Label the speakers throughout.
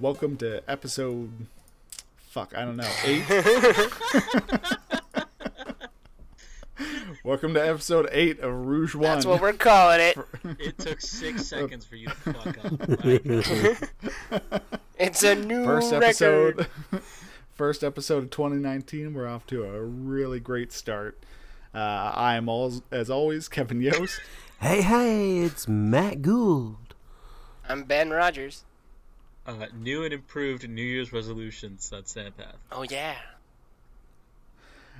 Speaker 1: Welcome to episode. Fuck, I don't know. Eight? Welcome to episode eight of Rouge One.
Speaker 2: That's what we're calling it.
Speaker 3: It took
Speaker 4: Oh.
Speaker 3: six seconds for you to fuck up. Like,
Speaker 2: It's a new
Speaker 1: First
Speaker 2: record.
Speaker 1: episode. First episode of 2019. We're off to a really great start. Uh, I am all as always Kevin Yost.
Speaker 4: Hey, hey, it's Matt Gould.
Speaker 2: I'm Ben Rogers.
Speaker 3: uh, new and improved New Year's resolutions. That's Sandpath.
Speaker 2: Oh yeah.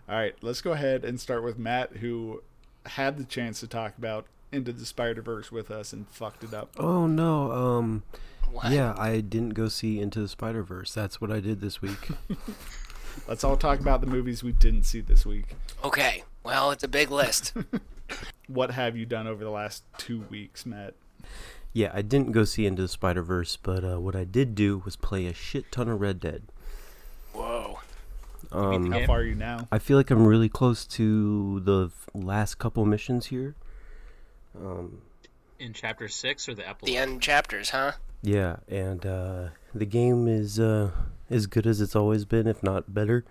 Speaker 1: All right, let's go ahead and start with Matt, who had the chance to talk about Into the Spider Verse with us and fucked it up.
Speaker 4: Oh no, um,
Speaker 2: What?
Speaker 4: yeah, I didn't go see Into the Spider Verse. That's what I did this week.
Speaker 1: Let's all talk about the movies we didn't see this week.
Speaker 2: Okay. Well, it's a big list.
Speaker 1: What have you done over the last two weeks, Matt?
Speaker 4: yeah, I didn't go see Into the Spider Verse, but uh, what I did do was play a shit ton of Red Dead.
Speaker 2: Whoa.
Speaker 4: Um,
Speaker 1: How
Speaker 3: Yeah.
Speaker 1: far are you now?
Speaker 4: I feel like I'm really close to the f- last couple missions here. Um,
Speaker 3: In chapter six or the
Speaker 2: The
Speaker 3: epilogue?
Speaker 2: end chapters, huh?
Speaker 4: yeah, and uh, the game is uh, as good as it's always been, if not better.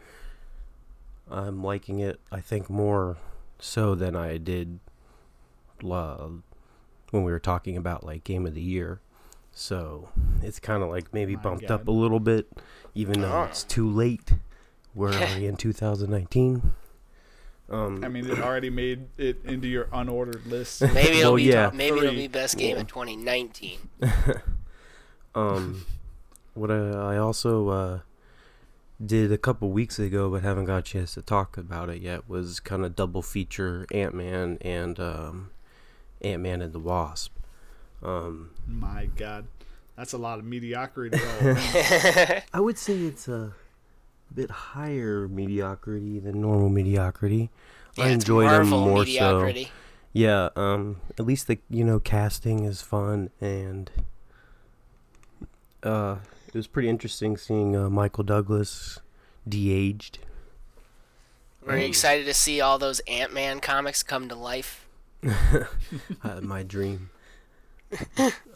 Speaker 4: I'm liking it, I think, more so than I did la- when we were talking about like game of the year. So it's kind of like maybe
Speaker 1: My
Speaker 4: bumped
Speaker 1: God. Uh-huh.
Speaker 4: up a little bit, even though
Speaker 2: Ah.
Speaker 4: it's too late. We're already in 2019. Um,
Speaker 1: I mean, it already made it into your unordered list.
Speaker 2: Maybe it'll
Speaker 4: Well,
Speaker 2: be
Speaker 4: yeah.
Speaker 2: maybe it'll
Speaker 1: Three.
Speaker 2: be best game of 2019.
Speaker 4: Um, what I, I also uh, did a couple weeks ago, but haven't got a chance to talk about it yet, was kind of double feature Ant Man and um, Ant Man and the Wasp. Um,
Speaker 1: My God, that's a lot of mediocrity. to roll.
Speaker 4: I would say it's a bit higher mediocrity than normal mediocrity.
Speaker 2: Yeah,
Speaker 4: I
Speaker 2: it's
Speaker 4: enjoy them
Speaker 2: Marvel
Speaker 4: more so.
Speaker 2: mediocrity.
Speaker 4: Yeah, um, at least the you know casting is fun, and uh, it was pretty interesting seeing uh, Michael Douglas de-aged.
Speaker 2: Were you excited to see all those Ant Man comics come to life?
Speaker 4: Uh, my dream.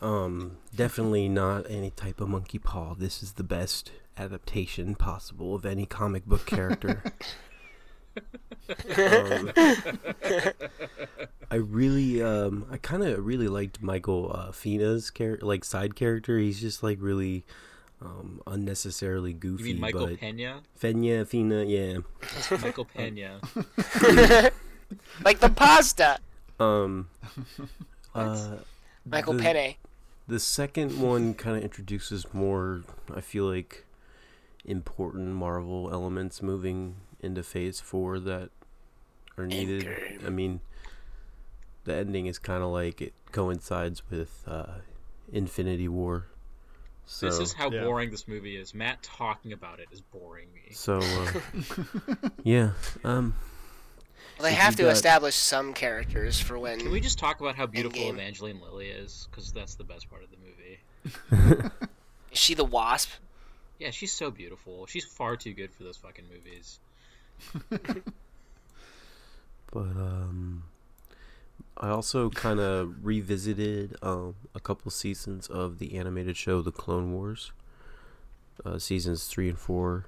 Speaker 4: um, definitely not any type of monkey paw. This is the best adaptation possible of any comic book character. um, I really, um, I kind of really liked Michael uh, Fina's character, like side character. He's just like really um, unnecessarily goofy.
Speaker 3: You mean Michael
Speaker 4: but
Speaker 3: Pena?
Speaker 4: Fenya, Fina, yeah.
Speaker 3: Michael Pena.
Speaker 2: Like the pasta,
Speaker 4: Um, uh,
Speaker 2: Michael
Speaker 4: the-
Speaker 2: Penne.
Speaker 4: The second one kind of introduces more, I feel like, important Marvel elements moving into Phase Four that are needed.
Speaker 2: Endgame.
Speaker 4: I mean, the ending is kind of like it coincides with uh, Infinity War. So,
Speaker 3: This is how
Speaker 1: Yeah.
Speaker 3: boring this movie is. Matt talking about it is boring me.
Speaker 4: so uh, yeah. Um,
Speaker 2: Well, they
Speaker 4: if
Speaker 2: have
Speaker 4: you
Speaker 2: to
Speaker 4: got-
Speaker 2: establish some characters for when.
Speaker 3: Can we just talk about how beautiful
Speaker 2: Endgame.
Speaker 3: Evangeline Lilly is? Because that's the best part of the movie.
Speaker 2: Is she the Wasp?
Speaker 3: Yeah, she's so beautiful. She's far too good for those fucking movies.
Speaker 4: but um, I also kind of revisited um, a couple seasons of the animated show The Clone Wars, uh, seasons three and four.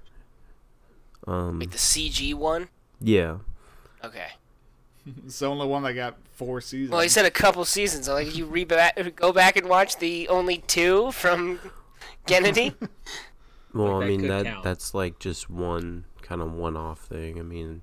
Speaker 4: Um,
Speaker 2: Like the CG one?
Speaker 4: yeah,
Speaker 2: Okay.
Speaker 1: it's the only one that got four seasons.
Speaker 2: Well, he said a couple seasons. I'm like, you re- go back and watch the only two from Kennedy.
Speaker 4: well,
Speaker 3: that
Speaker 4: I mean
Speaker 3: could
Speaker 4: that
Speaker 3: count.
Speaker 4: that's like just one kind of one-off thing. I mean,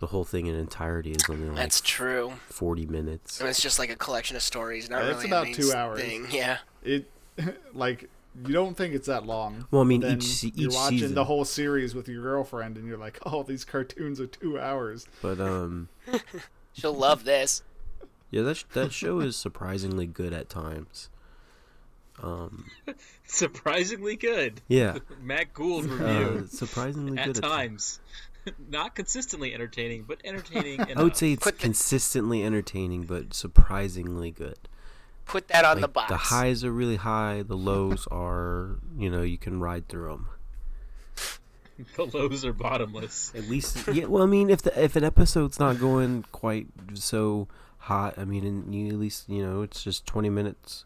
Speaker 4: the whole thing in entirety is only like
Speaker 2: That's true.
Speaker 4: forty minutes.
Speaker 2: And it's just like a collection of stories, not
Speaker 1: Yeah, it's
Speaker 2: really
Speaker 1: about
Speaker 2: a main
Speaker 1: two hours.
Speaker 2: Thing. Yeah.
Speaker 1: it like you don't think it's that long.
Speaker 4: Well, I mean,
Speaker 1: then
Speaker 4: each se-
Speaker 1: you're
Speaker 4: each
Speaker 1: watching
Speaker 4: season.
Speaker 1: the whole series with your girlfriend, and you're like, "Oh, these cartoons are two hours."
Speaker 4: But um,
Speaker 2: She'll love this.
Speaker 4: yeah, that sh- that show is surprisingly good at times. Um,
Speaker 3: Surprisingly good.
Speaker 4: yeah,
Speaker 3: Matt Gould
Speaker 4: uh,
Speaker 3: review.
Speaker 4: surprisingly
Speaker 3: at
Speaker 4: good at times.
Speaker 3: times. Not consistently entertaining, but entertaining enough.
Speaker 4: I would say it's
Speaker 2: Put the-
Speaker 4: consistently entertaining, but surprisingly good.
Speaker 2: Put that on the
Speaker 4: Like,
Speaker 2: box.
Speaker 4: the highs are really high. The lows are, you know, you can ride through them.
Speaker 3: the lows are bottomless.
Speaker 4: At least, yeah. Well, I mean, if the if an episode's not going quite so hot, I mean, and you at least you know it's just twenty minutes.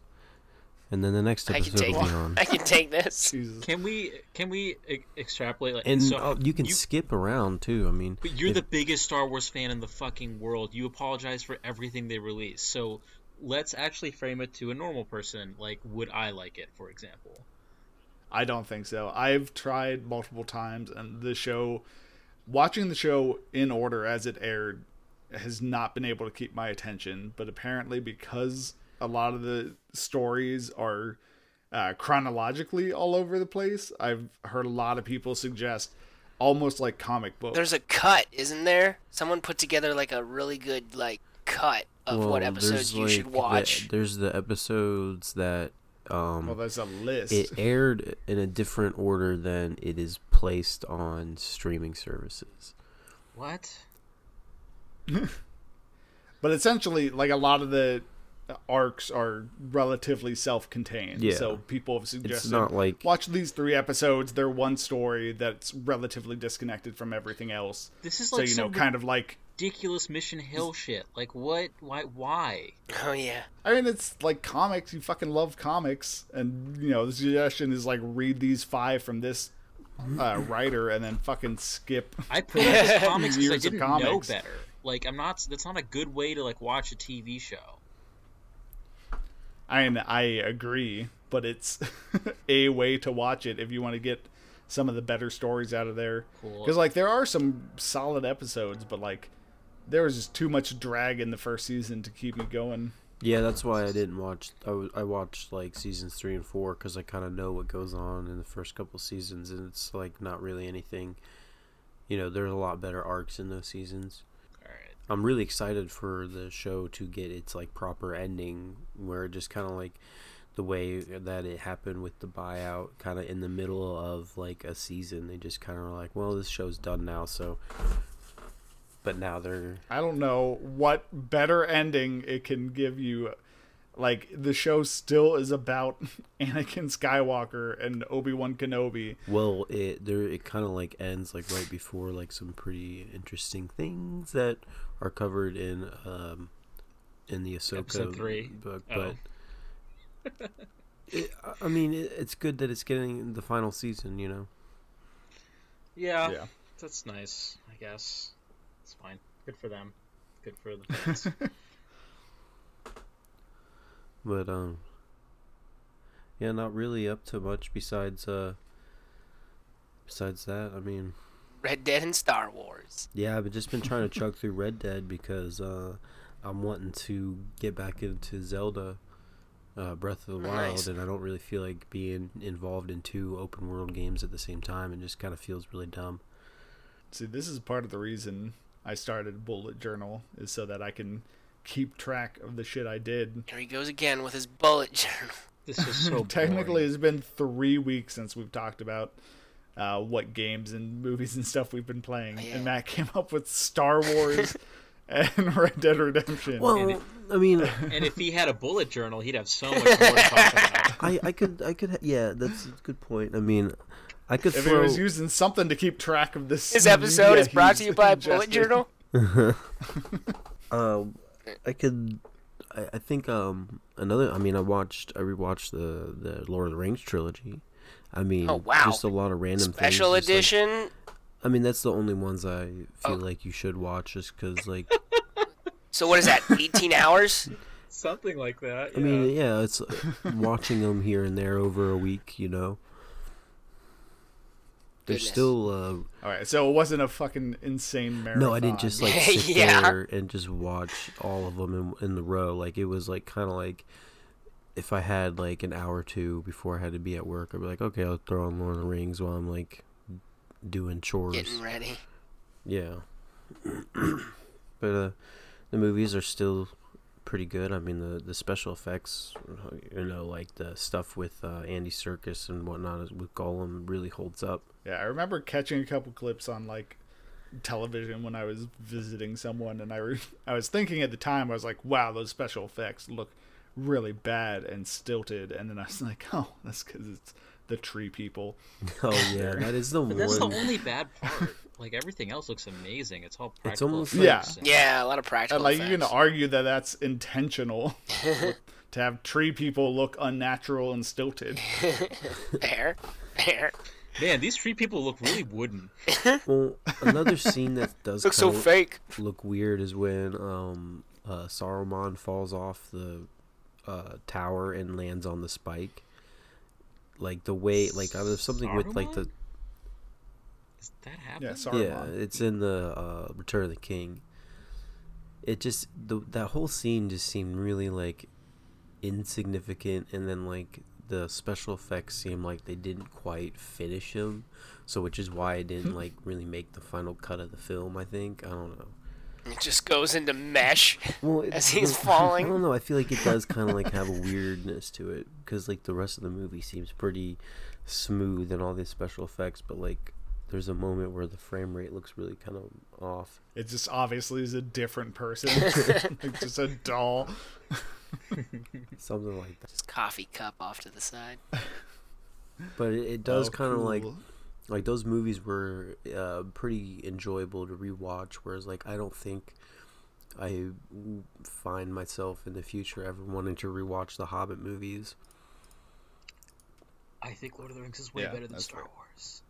Speaker 4: and then the next
Speaker 2: I can
Speaker 4: episode
Speaker 2: take
Speaker 4: will be on.
Speaker 2: I can take this.
Speaker 1: Jesus.
Speaker 3: Can we can we e- extrapolate like
Speaker 4: And
Speaker 3: so
Speaker 4: oh, you can
Speaker 3: you-
Speaker 4: skip around too. I mean,
Speaker 3: But you're
Speaker 4: if-
Speaker 3: the biggest Star Wars fan in the fucking world. You apologize for everything they release. So let's actually frame it to a normal person. Like, would I like it, for example?
Speaker 1: I don't think so. I've tried multiple times, and the show, watching the show in order as it aired, has not been able to keep my attention. But apparently, because a lot of the stories are uh, chronologically all over the place, I've heard a lot of people suggest almost like comic books.
Speaker 2: There's a cut, isn't there? Someone put together like a really good like cut of
Speaker 4: well,
Speaker 2: what
Speaker 4: there's,
Speaker 2: episodes you should
Speaker 4: like, the-
Speaker 2: watch.
Speaker 4: there's the episodes that um,
Speaker 1: well, there's a list.
Speaker 4: it aired in a different order than it is placed on streaming services.
Speaker 3: What?
Speaker 1: but essentially like a lot of the arcs are relatively self-contained
Speaker 4: Yeah.
Speaker 1: so people have suggested
Speaker 4: not like-
Speaker 1: watch these three episodes they're one story that's relatively disconnected from everything else
Speaker 3: This is
Speaker 1: so
Speaker 3: like
Speaker 1: you know
Speaker 3: some
Speaker 1: kind of like
Speaker 3: ridiculous Mission Hill shit. Like, what? Why? Why?
Speaker 2: Oh yeah.
Speaker 1: i mean it's like comics you fucking love comics and you know the suggestion is like read these five from this uh, writer and then fucking skip
Speaker 3: I put up with comics because I
Speaker 1: Years of
Speaker 3: didn't know
Speaker 1: comics.
Speaker 3: better. Like, I'm not. That's not a good way to like watch a TV show.
Speaker 1: I mean, I agree, but it's a way to watch it if you want to get some of the better stories out of there.
Speaker 3: Cool.
Speaker 1: Because like there are some solid episodes, but like there was just too much drag in the first season to keep me going.
Speaker 4: Yeah, that's why I didn't watch. I, w- I watched like seasons three and four because I kind of know what goes on in the first couple seasons, and it's like not really anything. You know, there's a lot better arcs in those seasons.
Speaker 3: All right.
Speaker 4: I'm really excited for the show to get its like proper ending, where it just kind of like the way that it happened with the buyout, kind of in the middle of like a season, they just kind of were like, well, this show's done now, so. But now they're
Speaker 1: I don't know what better ending it can give you. Like the show still is about Anakin Skywalker and Obi Wan Kenobi.
Speaker 4: Well, it there it kind of like ends like right before like some pretty interesting things that are covered in um in the Ahsoka
Speaker 3: Episode three.
Speaker 4: book,
Speaker 3: Oh.
Speaker 4: but it, I- I mean it, it's good that it's getting the final season, you know.
Speaker 3: Yeah,
Speaker 1: Yeah.
Speaker 3: That's nice. I guess it's fine. Good for them. Good for the fans.
Speaker 4: But um yeah, not really up to much besides uh besides that. I mean,
Speaker 2: Red Dead and Star Wars.
Speaker 4: Yeah, I've just been trying to chug through Red Dead because uh, I'm wanting to get back into Zelda uh, Breath of the Wild,
Speaker 2: Nice.
Speaker 4: and I don't really feel like being involved in two open world games at the same time. It just kind of feels really dumb.
Speaker 1: See, this is part of the reason I started Bullet Journal is so that I can keep track of the shit I did
Speaker 2: Here he goes again with his bullet journal.
Speaker 3: this is so
Speaker 1: Technically,
Speaker 3: boring.
Speaker 1: it's been three weeks since we've talked about uh, what games and movies and stuff we've been playing,
Speaker 2: Yeah.
Speaker 1: and Matt came up with Star Wars and Red Dead Redemption.
Speaker 4: Well, I mean,
Speaker 3: And if he had a bullet journal, he'd have so much more to talk about.
Speaker 4: I, I could, I could, ha- yeah, that's a good point. I mean, I could
Speaker 1: if he
Speaker 4: throw.
Speaker 1: was using something to keep track of this,
Speaker 2: This episode
Speaker 1: media
Speaker 2: is brought to
Speaker 1: he's
Speaker 2: you by Bullet
Speaker 1: ingested.
Speaker 2: Journal.
Speaker 4: um, I could. I, I think um another. I mean, I watched. I rewatched the the Lord of the Rings trilogy. I mean,
Speaker 2: Oh, wow.
Speaker 4: just a lot of random things,
Speaker 2: Special
Speaker 4: just, like,
Speaker 2: edition.
Speaker 4: I mean, that's the only ones I
Speaker 2: Oh.
Speaker 4: feel like you should watch, just because, like,
Speaker 2: So what is that? 18 hours?
Speaker 3: Something like that.
Speaker 4: I mean, yeah, it's watching them here and there over a week, you know. There's
Speaker 2: Goodness.
Speaker 4: still uh,
Speaker 1: All right, so it wasn't a fucking insane marathon.
Speaker 4: no. I didn't just like sit
Speaker 2: Yeah.
Speaker 4: there and just watch all of them in, in the row. Like it was like kind of like if I had like an hour or two before I had to be at work, I'd be like, okay, I'll throw on Lord of the Rings while I'm like doing chores.
Speaker 2: Getting ready.
Speaker 4: Yeah. but uh, the movies are still pretty good. I mean, the, the special effects, you know, like the stuff with uh, Andy Circus and whatnot is- with Gollum really holds up.
Speaker 1: Yeah, I remember catching a couple clips on like television when I was visiting someone, and I re- I was thinking at the time I was like, "Wow, those special effects look really bad and stilted," and then I was like, "Oh, that's because it's the tree people."
Speaker 4: Oh, yeah, that is the
Speaker 3: But
Speaker 4: one.
Speaker 3: that's the only bad part. Like everything else looks amazing. It's all practical.
Speaker 4: almost
Speaker 1: like-
Speaker 3: effects and-
Speaker 2: Yeah, a lot of
Speaker 1: And
Speaker 2: practical
Speaker 1: like you
Speaker 2: effects.
Speaker 1: can argue that that's intentional. to have tree people look unnatural and stilted.
Speaker 2: Fair. Fair.
Speaker 3: Man, these tree people look really wooden.
Speaker 4: Well, another scene that does
Speaker 2: Looks so
Speaker 4: kinda
Speaker 2: fake.
Speaker 4: look weird is when um, uh, Saruman falls off the uh, tower and lands on the spike. Like the way, like I was something with like the
Speaker 3: Does that
Speaker 1: Yeah,
Speaker 3: happen?
Speaker 4: yeah,
Speaker 1: Saruman.
Speaker 4: it's in the uh, Return of the King. It just the, that whole scene just seemed really like insignificant, and then like the special effects seemed like they didn't quite finish him, so which is why it didn't like really make the final cut of the film. I think I don't know.
Speaker 2: It just goes into mesh.
Speaker 4: Well, it-
Speaker 2: As he's
Speaker 4: I don't-
Speaker 2: falling.
Speaker 4: I don't know. I feel like it does kind of like have a weirdness to it because like the rest of the movie seems pretty smooth and all these special effects, but like there's a moment where the frame rate looks really kind of off.
Speaker 1: It just obviously is a different person, like just a doll.
Speaker 4: Something like that,
Speaker 2: Just coffee cup off to the side.
Speaker 4: but it, it does
Speaker 1: Oh,
Speaker 4: kind of like
Speaker 1: cool.
Speaker 4: like those movies were uh, pretty enjoyable to rewatch. Whereas like I don't think I find myself in the future ever wanting to rewatch the Hobbit movies.
Speaker 3: I think Lord of the Rings is way
Speaker 1: Yeah,
Speaker 3: better than
Speaker 1: that's
Speaker 3: Star
Speaker 1: right.
Speaker 3: Wars.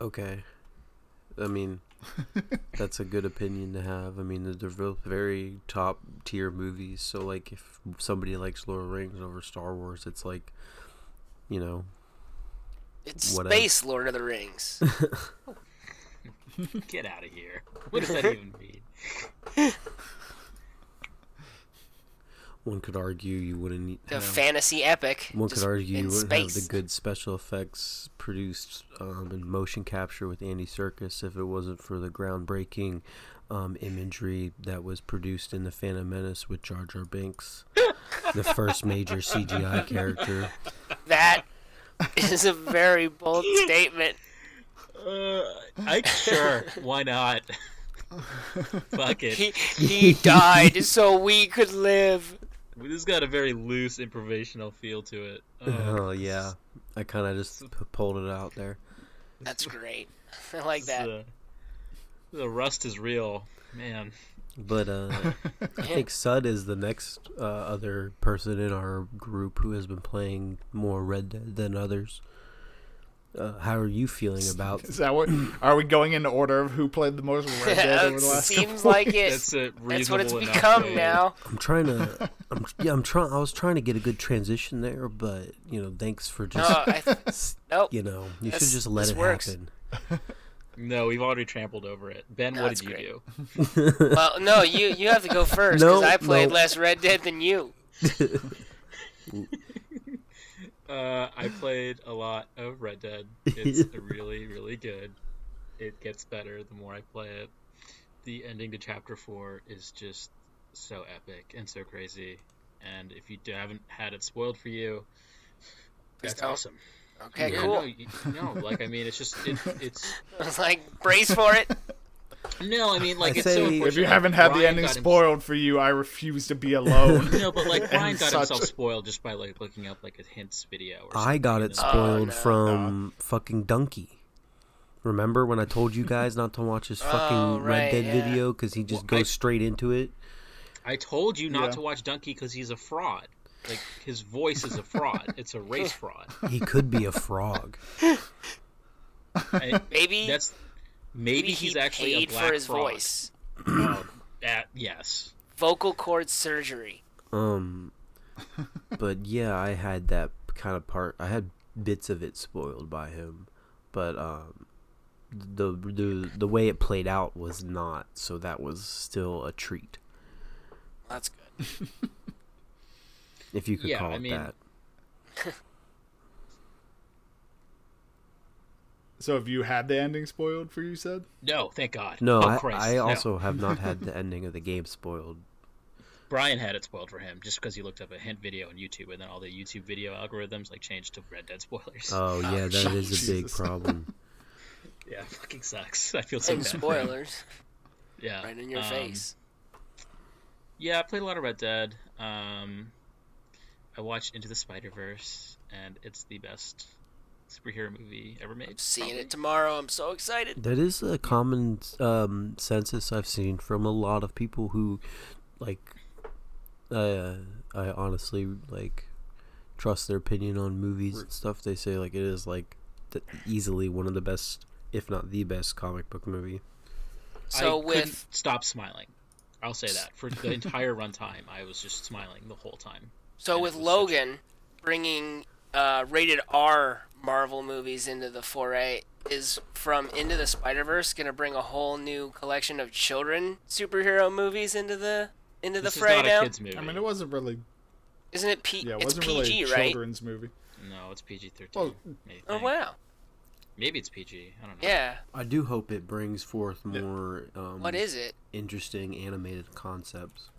Speaker 4: Okay. I mean, that's a good opinion to have. I mean, they're both very top tier movies. So, like, if somebody likes Lord of the Rings over Star Wars, it's like, you know,
Speaker 2: It's
Speaker 4: What
Speaker 2: space Lord of the Rings.
Speaker 3: Get out of here. What does that even mean?
Speaker 4: one could argue you wouldn't e, need.
Speaker 2: The
Speaker 4: have-
Speaker 2: fantasy epic.
Speaker 4: one
Speaker 2: just
Speaker 4: could argue
Speaker 2: in
Speaker 4: you wouldn't
Speaker 2: space.
Speaker 4: have the good special effects produced um, in motion capture with Andy Circus if it wasn't for the groundbreaking um, imagery that was produced in The Phantom Menace with Jar Jar Binks, the first major CGI character.
Speaker 2: That is a very bold statement.
Speaker 3: Uh, I sure. Why not? Fuck it.
Speaker 2: He, he died so we could live.
Speaker 3: This has got a very loose improvisational feel to it. Uh,
Speaker 4: Oh yeah, I kind of just p- pulled it out there.
Speaker 2: That's great. I like that.
Speaker 4: uh,
Speaker 3: The, uh, the rust is real, man.
Speaker 4: But uh, I think Sud is the next uh, other person in our group who has been playing more Red Dead than others. Uh, how are you feeling about?
Speaker 1: Is that what? Are we going in order of who played the most Red Dead
Speaker 2: Yeah,
Speaker 1: over
Speaker 2: it
Speaker 1: the last?
Speaker 2: seems like it.
Speaker 3: That's a reasonable
Speaker 2: That's what it's
Speaker 3: enough
Speaker 2: become
Speaker 3: way.
Speaker 2: now.
Speaker 4: I'm trying to. I'm yeah. I'm trying. I was trying to get a good transition there, but you know, thanks for
Speaker 2: No,
Speaker 4: just.
Speaker 2: Oh, I,
Speaker 4: s-
Speaker 2: nope.
Speaker 4: You know, you
Speaker 2: Ah.
Speaker 4: should
Speaker 2: That's-
Speaker 4: just let
Speaker 2: this
Speaker 4: it
Speaker 2: works.
Speaker 4: happen.
Speaker 3: No, we've already trampled over it. Ben,
Speaker 2: No,
Speaker 3: what
Speaker 2: that's
Speaker 3: did you
Speaker 2: great.
Speaker 3: do?
Speaker 2: Well, no, you you have to go first because
Speaker 4: No,
Speaker 2: I played
Speaker 4: no.
Speaker 2: less Red Dead than you.
Speaker 3: Uh, I played a lot of Red Dead. It's really, really good. It gets better the more I play it. The ending to Chapter 4 is just so epic and so crazy. And if you haven't had it spoiled for you,
Speaker 2: Please
Speaker 3: that's
Speaker 2: don't.
Speaker 3: awesome.
Speaker 2: Okay,
Speaker 3: Yeah, No,
Speaker 2: cool.
Speaker 3: you- no, like I mean, it's just it, it's
Speaker 2: I was like, brace for it.
Speaker 3: no, I mean, like
Speaker 4: I
Speaker 3: it's so
Speaker 4: say-
Speaker 3: unfortunate.
Speaker 1: If you haven't had
Speaker 3: Ryan
Speaker 1: the ending
Speaker 3: got him-
Speaker 1: spoiled for you, I refuse to be alone.
Speaker 3: no, but like Ryan got
Speaker 1: such-
Speaker 3: himself spoiled just by like looking up like a hints video. Or something.
Speaker 4: I got it
Speaker 3: Oh,
Speaker 4: spoiled
Speaker 2: Ah, no.
Speaker 4: from fucking Donkey. Remember when I told you guys not to watch his fucking
Speaker 2: Oh, right,
Speaker 4: Red Dead
Speaker 2: yeah.
Speaker 4: video because he just
Speaker 3: Well, I-
Speaker 4: goes straight into it?
Speaker 3: I told you not
Speaker 1: Yeah.
Speaker 3: to watch Donkey because he's a fraud. Like his voice is a fraud. it's a race fraud.
Speaker 4: He could be a frog.
Speaker 3: I,
Speaker 2: Maybe
Speaker 3: that's maybe
Speaker 2: maybe
Speaker 3: he's
Speaker 2: he
Speaker 3: actually
Speaker 2: paid
Speaker 3: a black
Speaker 2: for his
Speaker 3: fraud.
Speaker 2: voice.
Speaker 3: Oh, that- yes.
Speaker 2: Vocal cord surgery.
Speaker 4: Um, but yeah, I had that kind of part. I had bits of it spoiled by him, but um, the the the way it played out was not. So that was still a treat,
Speaker 2: That's good.
Speaker 4: if you could
Speaker 3: Yeah,
Speaker 4: call
Speaker 3: I
Speaker 4: it
Speaker 3: mean-
Speaker 4: that.
Speaker 1: so, have you had the ending spoiled for you? Said
Speaker 3: No, thank God.
Speaker 4: No,
Speaker 3: oh,
Speaker 4: I,
Speaker 3: Christ,
Speaker 4: I
Speaker 3: no.
Speaker 4: also have not had the ending of the game spoiled.
Speaker 3: Brian had it spoiled for him just because he looked up a hint video on YouTube, and then all the YouTube video algorithms like changed to Red Dead spoilers.
Speaker 4: Oh yeah, that is a big
Speaker 1: Jesus.
Speaker 4: problem.
Speaker 3: yeah, it fucking sucks. I feel
Speaker 2: Some
Speaker 3: so bad. for him.
Speaker 2: spoilers
Speaker 3: Yeah,
Speaker 2: right in your
Speaker 3: um,
Speaker 2: face.
Speaker 3: Yeah, I played a lot of Red Dead. Um, I watched Into the Spider Verse, and it's the best superhero movie ever made.
Speaker 2: Seeing it tomorrow. I'm so excited.
Speaker 4: That is a common um, census I've seen from a lot of people who, like, I I honestly like trust their opinion on movies and stuff. They say like it is like the, easily one of the best, if not the best, comic book movie.
Speaker 2: So
Speaker 3: I
Speaker 2: with
Speaker 3: couldn't stop smiling. I'll say that for the entire runtime, I was just smiling the whole time.
Speaker 2: So with Logan bringing uh, rated R Marvel movies into the foray, is from Into the Spider Verse going to bring a whole new collection of children superhero movies into the into the
Speaker 3: This is
Speaker 2: fray
Speaker 3: not
Speaker 2: now?
Speaker 3: a kids movie.
Speaker 1: I mean, it wasn't really.
Speaker 2: Isn't it P?
Speaker 1: Yeah, it
Speaker 2: it's
Speaker 1: wasn't
Speaker 2: PG,
Speaker 1: really a
Speaker 2: right?
Speaker 1: children's movie.
Speaker 3: No, it's PG thirteen.
Speaker 1: Well-
Speaker 2: Oh wow!
Speaker 3: Maybe it's PG. I don't know.
Speaker 2: Yeah,
Speaker 4: I do hope it brings forth more um,
Speaker 2: what is it?
Speaker 4: interesting animated concepts.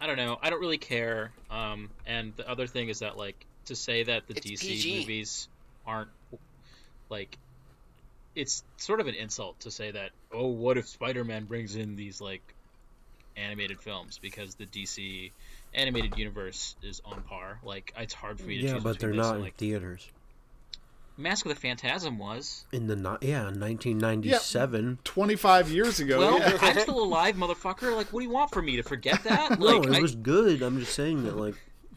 Speaker 3: I don't know. I don't really care. Um, and the other thing is that like to say that the
Speaker 2: It's
Speaker 3: DC
Speaker 2: PG.
Speaker 3: movies aren't like it's sort of an insult to say that oh what if Spider-Man brings in these like animated films because the DC animated universe is on par. Like it's hard for me to
Speaker 4: Yeah,
Speaker 3: choose
Speaker 4: but they're
Speaker 3: between this
Speaker 4: not
Speaker 3: and,
Speaker 4: in
Speaker 3: like
Speaker 4: theaters.
Speaker 3: Mask of the Phantasm was.
Speaker 4: In the ni- yeah, 1997.
Speaker 1: 25 years ago.
Speaker 3: Well,
Speaker 1: Oh, yeah.
Speaker 3: I'm still alive, motherfucker. Like, what do you want from me to forget that?
Speaker 4: No,
Speaker 3: Like,
Speaker 4: it
Speaker 3: I-
Speaker 4: was good. I'm just saying that like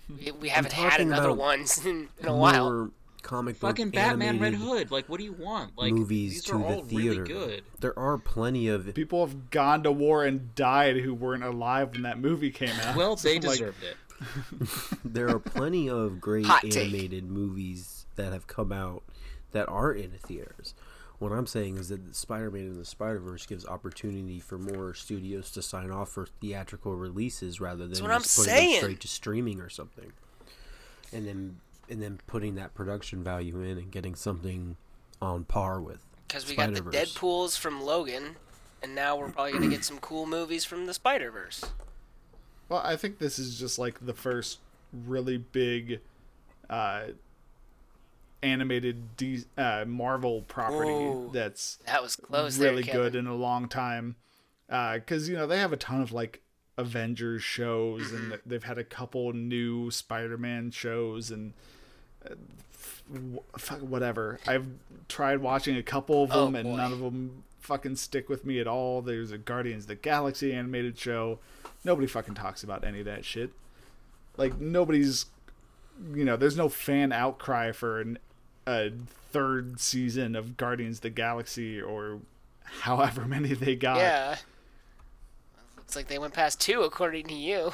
Speaker 2: We, we haven't had
Speaker 4: Hmm. talking
Speaker 2: another
Speaker 4: about
Speaker 2: one in, in a
Speaker 4: more
Speaker 2: while.
Speaker 4: comic book
Speaker 3: fucking Batman Red
Speaker 4: animated
Speaker 3: Hood. Like, what do you want? Like,
Speaker 4: movies
Speaker 3: these
Speaker 4: to
Speaker 3: are
Speaker 4: the
Speaker 3: all
Speaker 4: theater.
Speaker 3: really good.
Speaker 4: There are plenty of
Speaker 1: People have gone to war and died who weren't alive when that movie came out.
Speaker 3: Well, they
Speaker 1: Like,
Speaker 3: deserved it.
Speaker 4: there are plenty of great
Speaker 2: Hot take.
Speaker 4: animated movies that have come out that are in theaters. What I'm saying is that Spider-Man and the Spider-Verse gives opportunity for more studios to sign off for theatrical releases rather than
Speaker 2: what I'm
Speaker 4: just putting
Speaker 2: saying.
Speaker 4: them straight to streaming or something. And then and then putting that production value in and getting something on par with.
Speaker 2: Because we got the
Speaker 4: Spider-Verse.
Speaker 2: Deadpool's from Logan, and now we're probably going to get some cool movies from the Spider Verse.
Speaker 1: Well, I think this is just like the first really big uh, animated D- uh, Marvel property
Speaker 2: Whoa.
Speaker 1: that's
Speaker 2: That was close.
Speaker 1: really
Speaker 2: there,
Speaker 1: good
Speaker 2: Kevin.
Speaker 1: in a long time. Because, you know, they have a ton of like Avengers shows and
Speaker 2: Mm-hmm.
Speaker 1: they've had a couple new Spider Man shows and. uh, f- wh- Fuck whatever. I've tried watching a couple of
Speaker 2: Oh,
Speaker 1: them and
Speaker 2: boy.
Speaker 1: none of them fucking stick with me at all. There's a Guardians of the Galaxy animated show. Nobody fucking talks about any of that shit. Like nobody's, you know, there's no fan outcry for an, a third season of Guardians of the Galaxy or however many they got.
Speaker 2: Yeah. Looks like they went past two, according to you.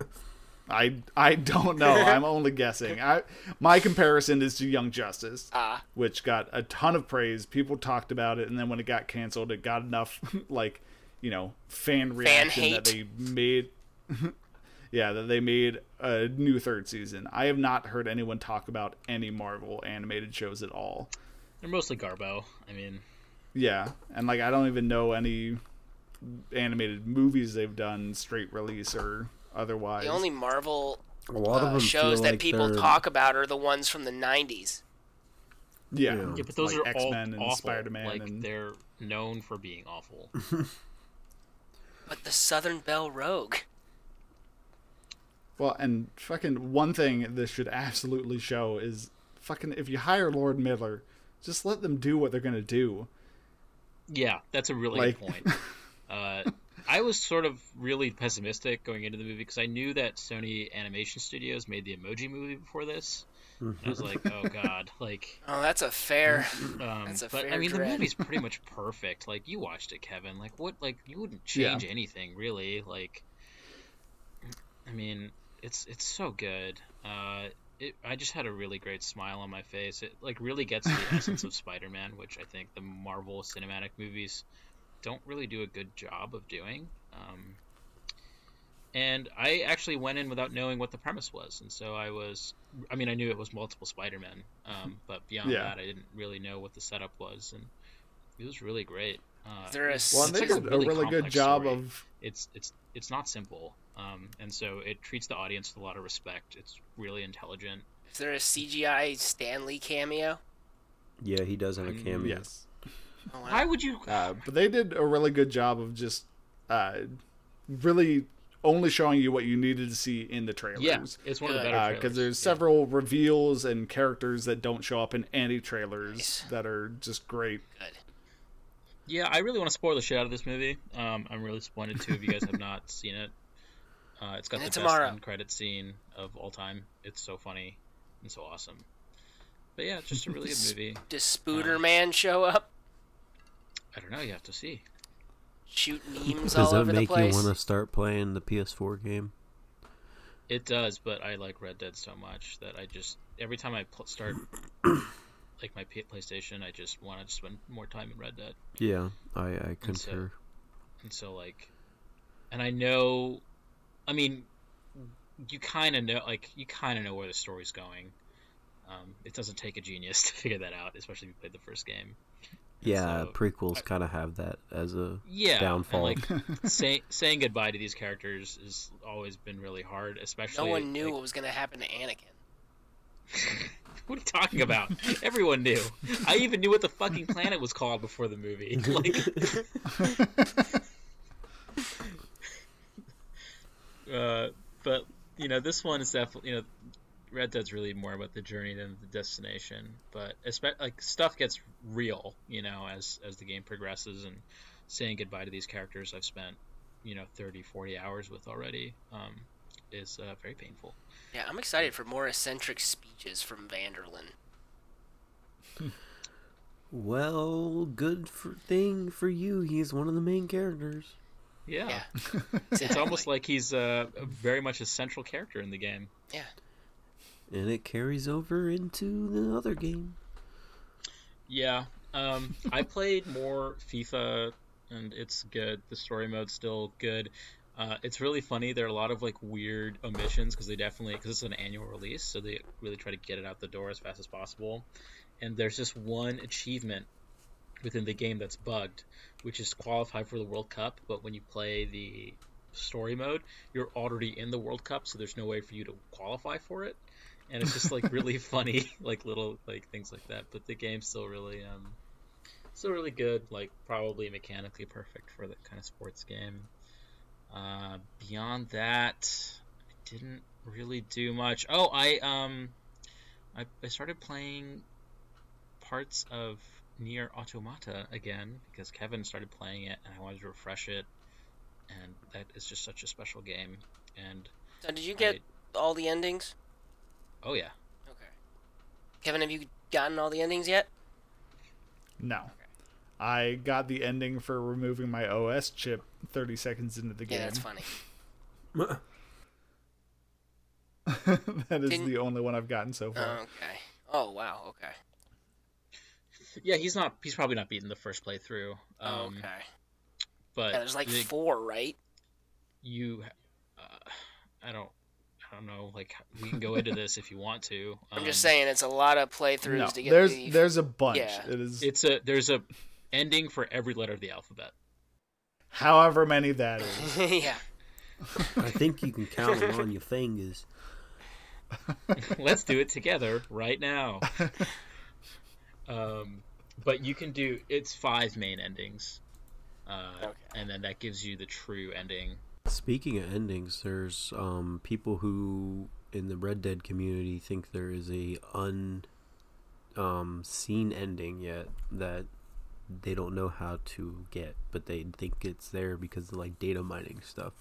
Speaker 1: I I don't know. I'm only guessing. I my comparison is to Young Justice,
Speaker 2: Ah.
Speaker 1: which got a ton of praise. People talked about it, and then when it got canceled, it got enough like you know fan reaction that they
Speaker 2: hate.
Speaker 1: made. yeah, that they made a new third season. I have not heard anyone talk about any Marvel animated shows at all.
Speaker 3: They're mostly Garbo. I mean,
Speaker 1: Yeah, and like I don't even know any animated movies they've done straight release or otherwise.
Speaker 2: The only Marvel
Speaker 4: A lot of
Speaker 2: uh,
Speaker 4: them
Speaker 2: shows
Speaker 4: feel
Speaker 2: that
Speaker 4: like
Speaker 2: people
Speaker 4: they're-
Speaker 2: talk about are the ones from the 90s.
Speaker 1: yeah.
Speaker 4: Yeah.
Speaker 3: yeah, but those
Speaker 1: Like
Speaker 3: are all
Speaker 1: X-Men and
Speaker 3: awful.
Speaker 1: Spider-Man
Speaker 3: like,
Speaker 1: and-
Speaker 3: they're known for being awful.
Speaker 2: But the Southern Belle Rogue.
Speaker 1: Well, and fucking one thing this should absolutely show is fucking if you hire Lord Miller, just let them do what they're gonna do.
Speaker 3: yeah, that's a really
Speaker 1: Like-
Speaker 3: good point. Uh, I was sort of really pessimistic going into the movie because I knew that Sony Animation Studios made the Emoji Movie before this. And I was like,
Speaker 1: Mm-hmm.
Speaker 3: oh god, like.
Speaker 2: Oh, that's a fair.
Speaker 3: Um,
Speaker 2: That's a
Speaker 3: but I
Speaker 2: fair
Speaker 3: mean,
Speaker 2: dread.
Speaker 3: the movie's pretty much perfect. Like you watched it, Kevin. Like what? Like you wouldn't change anything, really. Like, I mean, it's it's so good. Uh, it, I just had a really great smile on my face. It like really gets to the essence of Spider-Man, which I think the Marvel cinematic movies don't really do a good job of doing. Um, and I actually went in without knowing what the premise was, and so I was. I mean, I knew it was multiple Spider-Men, um, but beyond
Speaker 1: Yeah.
Speaker 3: that, I didn't really know what the setup was, and it was really great. Uh,
Speaker 2: There is.
Speaker 1: Well, and they
Speaker 3: It's like
Speaker 1: did
Speaker 3: a
Speaker 1: a
Speaker 3: really
Speaker 1: really, good
Speaker 3: complex
Speaker 1: job
Speaker 3: story.
Speaker 1: of
Speaker 3: it's it's it's not simple, um, and so it treats the audience with a lot of respect. It's really intelligent.
Speaker 2: Is there a CGI Stanley cameo?
Speaker 4: Yeah, he does have a
Speaker 3: Mm,
Speaker 4: cameo.
Speaker 1: yes,
Speaker 2: Oh,
Speaker 3: Why
Speaker 2: wow.
Speaker 3: would you?
Speaker 1: uh, but they did a really good job of just uh, really only showing you what you needed to see in the trailers.
Speaker 3: yeah, it's one of the
Speaker 2: Good.
Speaker 3: better
Speaker 1: because
Speaker 3: trailers.
Speaker 1: uh, there's
Speaker 3: Yeah.
Speaker 1: several reveals and characters that don't show up in any trailers that are just great.
Speaker 2: Good.
Speaker 3: Yeah, I really want to spoil the shit out of this movie. Um, I'm really disappointed too if you guys have not seen it. Uh, it's got
Speaker 2: And
Speaker 3: the
Speaker 2: it's
Speaker 3: best
Speaker 2: Amara.
Speaker 3: end credit scene of all time. It's so funny and so awesome. But yeah, it's just a really good movie.
Speaker 2: Does Spooder Man show up?
Speaker 3: I don't know. You have to see.
Speaker 2: Shoot memes
Speaker 4: Does
Speaker 2: all
Speaker 4: that
Speaker 2: over the
Speaker 4: make you
Speaker 2: place.
Speaker 4: want to start playing the PS4 game?
Speaker 3: It does, but I like Red Dead so much that I just every time I pl- start like my P- PlayStation, I just want to spend more time in Red Dead.
Speaker 4: Yeah, I, I
Speaker 3: It's a-
Speaker 4: concur.
Speaker 3: And so like and I know I mean you kind of know like you kind of know where the story's going. Um, it doesn't take a genius to figure that out, especially if you played the first game.
Speaker 4: Yeah,
Speaker 3: so-
Speaker 4: prequels kind of have that as a
Speaker 3: Yeah, and,
Speaker 4: Downfall.
Speaker 3: like say, saying goodbye to these characters has always been really hard, especially
Speaker 2: No one knew
Speaker 3: like,
Speaker 2: what was going to happen to Anakin.
Speaker 3: What are you talking about? Everyone knew. I even knew what the fucking planet was called before the movie. Like, uh, but you know, this one is definitely you know, Red Dead's really more about the journey than the destination. But espe- like stuff gets real, you know, as as the game progresses and saying goodbye to these characters I've spent you know 30, 40 hours with already um, is uh, very painful.
Speaker 2: Yeah, I'm excited for more eccentric speeches from Vanderlyn.
Speaker 4: well, good for thing for you. He's one of the main characters.
Speaker 3: yeah.
Speaker 2: Yeah.
Speaker 3: It's almost like he's uh, very much a central character in the game.
Speaker 2: Yeah.
Speaker 4: And it carries over into the other game.
Speaker 3: Yeah. Um, I played more FIFA, and it's good. The story mode's still good. Uh, it's really funny. There are a lot of like weird omissions because they definitely because it's an annual release, so they really try to get it out the door as fast as possible. And there's just one achievement within the game that's bugged, which is qualify for the World Cup. But when you play the story mode, you're already in the World Cup, so there's no way for you to qualify for it. And it's just like really funny, like little like things like that. But the game's still really, um, still really good. Like probably mechanically perfect for that kind of sports game. Uh, beyond that, I didn't really do much. Oh, I um, I, I started playing parts of Near Automata again because Kevin started playing it and I wanted to refresh it, and that is just such a special game. And
Speaker 2: So did you get
Speaker 3: I-
Speaker 2: all the endings?
Speaker 3: oh yeah,
Speaker 2: Okay. Kevin, have you gotten all the endings yet?
Speaker 1: No. I got the ending for removing my OS chip 30 seconds into the game.
Speaker 2: Yeah, that's funny.
Speaker 1: that is
Speaker 2: Didn't-
Speaker 1: the only one I've gotten so far.
Speaker 2: Okay. Oh wow. Okay.
Speaker 3: yeah, he's not. He's probably not beaten the first playthrough.
Speaker 2: Oh,
Speaker 3: Um,
Speaker 2: okay.
Speaker 3: But
Speaker 2: Yeah, there's like
Speaker 3: the-
Speaker 2: four, right?
Speaker 3: you, uh, I don't, I don't know. Like we can go into this if you want to.
Speaker 2: I'm
Speaker 3: Um,
Speaker 2: just saying it's a lot of playthroughs
Speaker 1: no,
Speaker 2: to get
Speaker 1: there's
Speaker 2: the.
Speaker 1: there's a bunch.
Speaker 2: yeah.
Speaker 1: It is
Speaker 3: It's a there's a ending for every letter of the alphabet.
Speaker 1: however many that is.
Speaker 2: yeah.
Speaker 4: I think you can count them on your fingers.
Speaker 3: Let's do it together right now. um, but you can do it's five main endings, uh,
Speaker 2: Okay.
Speaker 3: and then that gives you the true ending.
Speaker 4: Speaking of endings, there's um, people who in the Red Dead community think there is a un um, seen ending yet that they don't know how to get, but they think it's there because of like data mining stuff.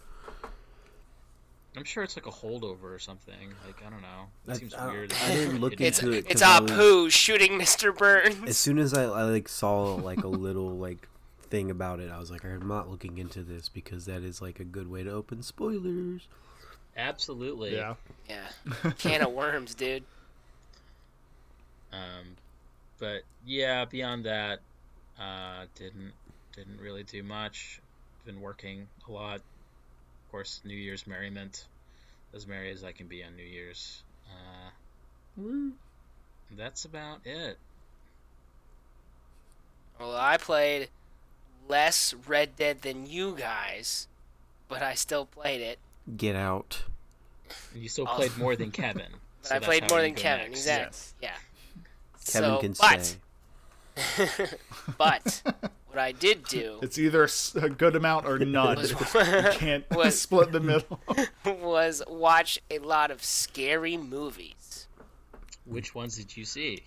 Speaker 3: I'm sure it's like a holdover or something. Like I don't know. It
Speaker 4: I-
Speaker 3: seems
Speaker 4: I don't-
Speaker 3: weird.
Speaker 4: I didn't look
Speaker 2: It's
Speaker 4: into it
Speaker 2: it's
Speaker 4: 'cause I was-
Speaker 2: Apu shooting Mr. Burns.
Speaker 4: As soon as I, I like saw like a little like thing about it, I was like, I'm not looking into this because that is like a good way to open spoilers.
Speaker 3: Absolutely.
Speaker 1: Yeah.
Speaker 2: Yeah. Can of worms, dude.
Speaker 3: Um, but yeah, beyond that, uh, didn't didn't really do much. Been working a lot. Of course, New Year's merriment, as merry as I can be on New Year's. Uh, that's about it.
Speaker 2: Well, I played less Red Dead than you guys, but I still played it.
Speaker 4: Get out.
Speaker 3: And you still
Speaker 2: Awesome.
Speaker 3: played more than Kevin.
Speaker 2: But Oh.
Speaker 3: so
Speaker 2: I
Speaker 3: that's
Speaker 2: played
Speaker 3: how
Speaker 2: more
Speaker 3: you
Speaker 2: than
Speaker 3: go
Speaker 2: Kevin.
Speaker 3: next.
Speaker 2: Exactly.
Speaker 1: Yes.
Speaker 2: Yeah.
Speaker 4: Kevin
Speaker 2: so,
Speaker 4: can
Speaker 2: but,
Speaker 4: stay.
Speaker 2: but what I did do
Speaker 1: It's either s- a good amount or none.
Speaker 2: was
Speaker 1: you can't
Speaker 2: was-
Speaker 1: split the middle.
Speaker 2: was watch a lot of scary movies.
Speaker 3: Which ones did you see?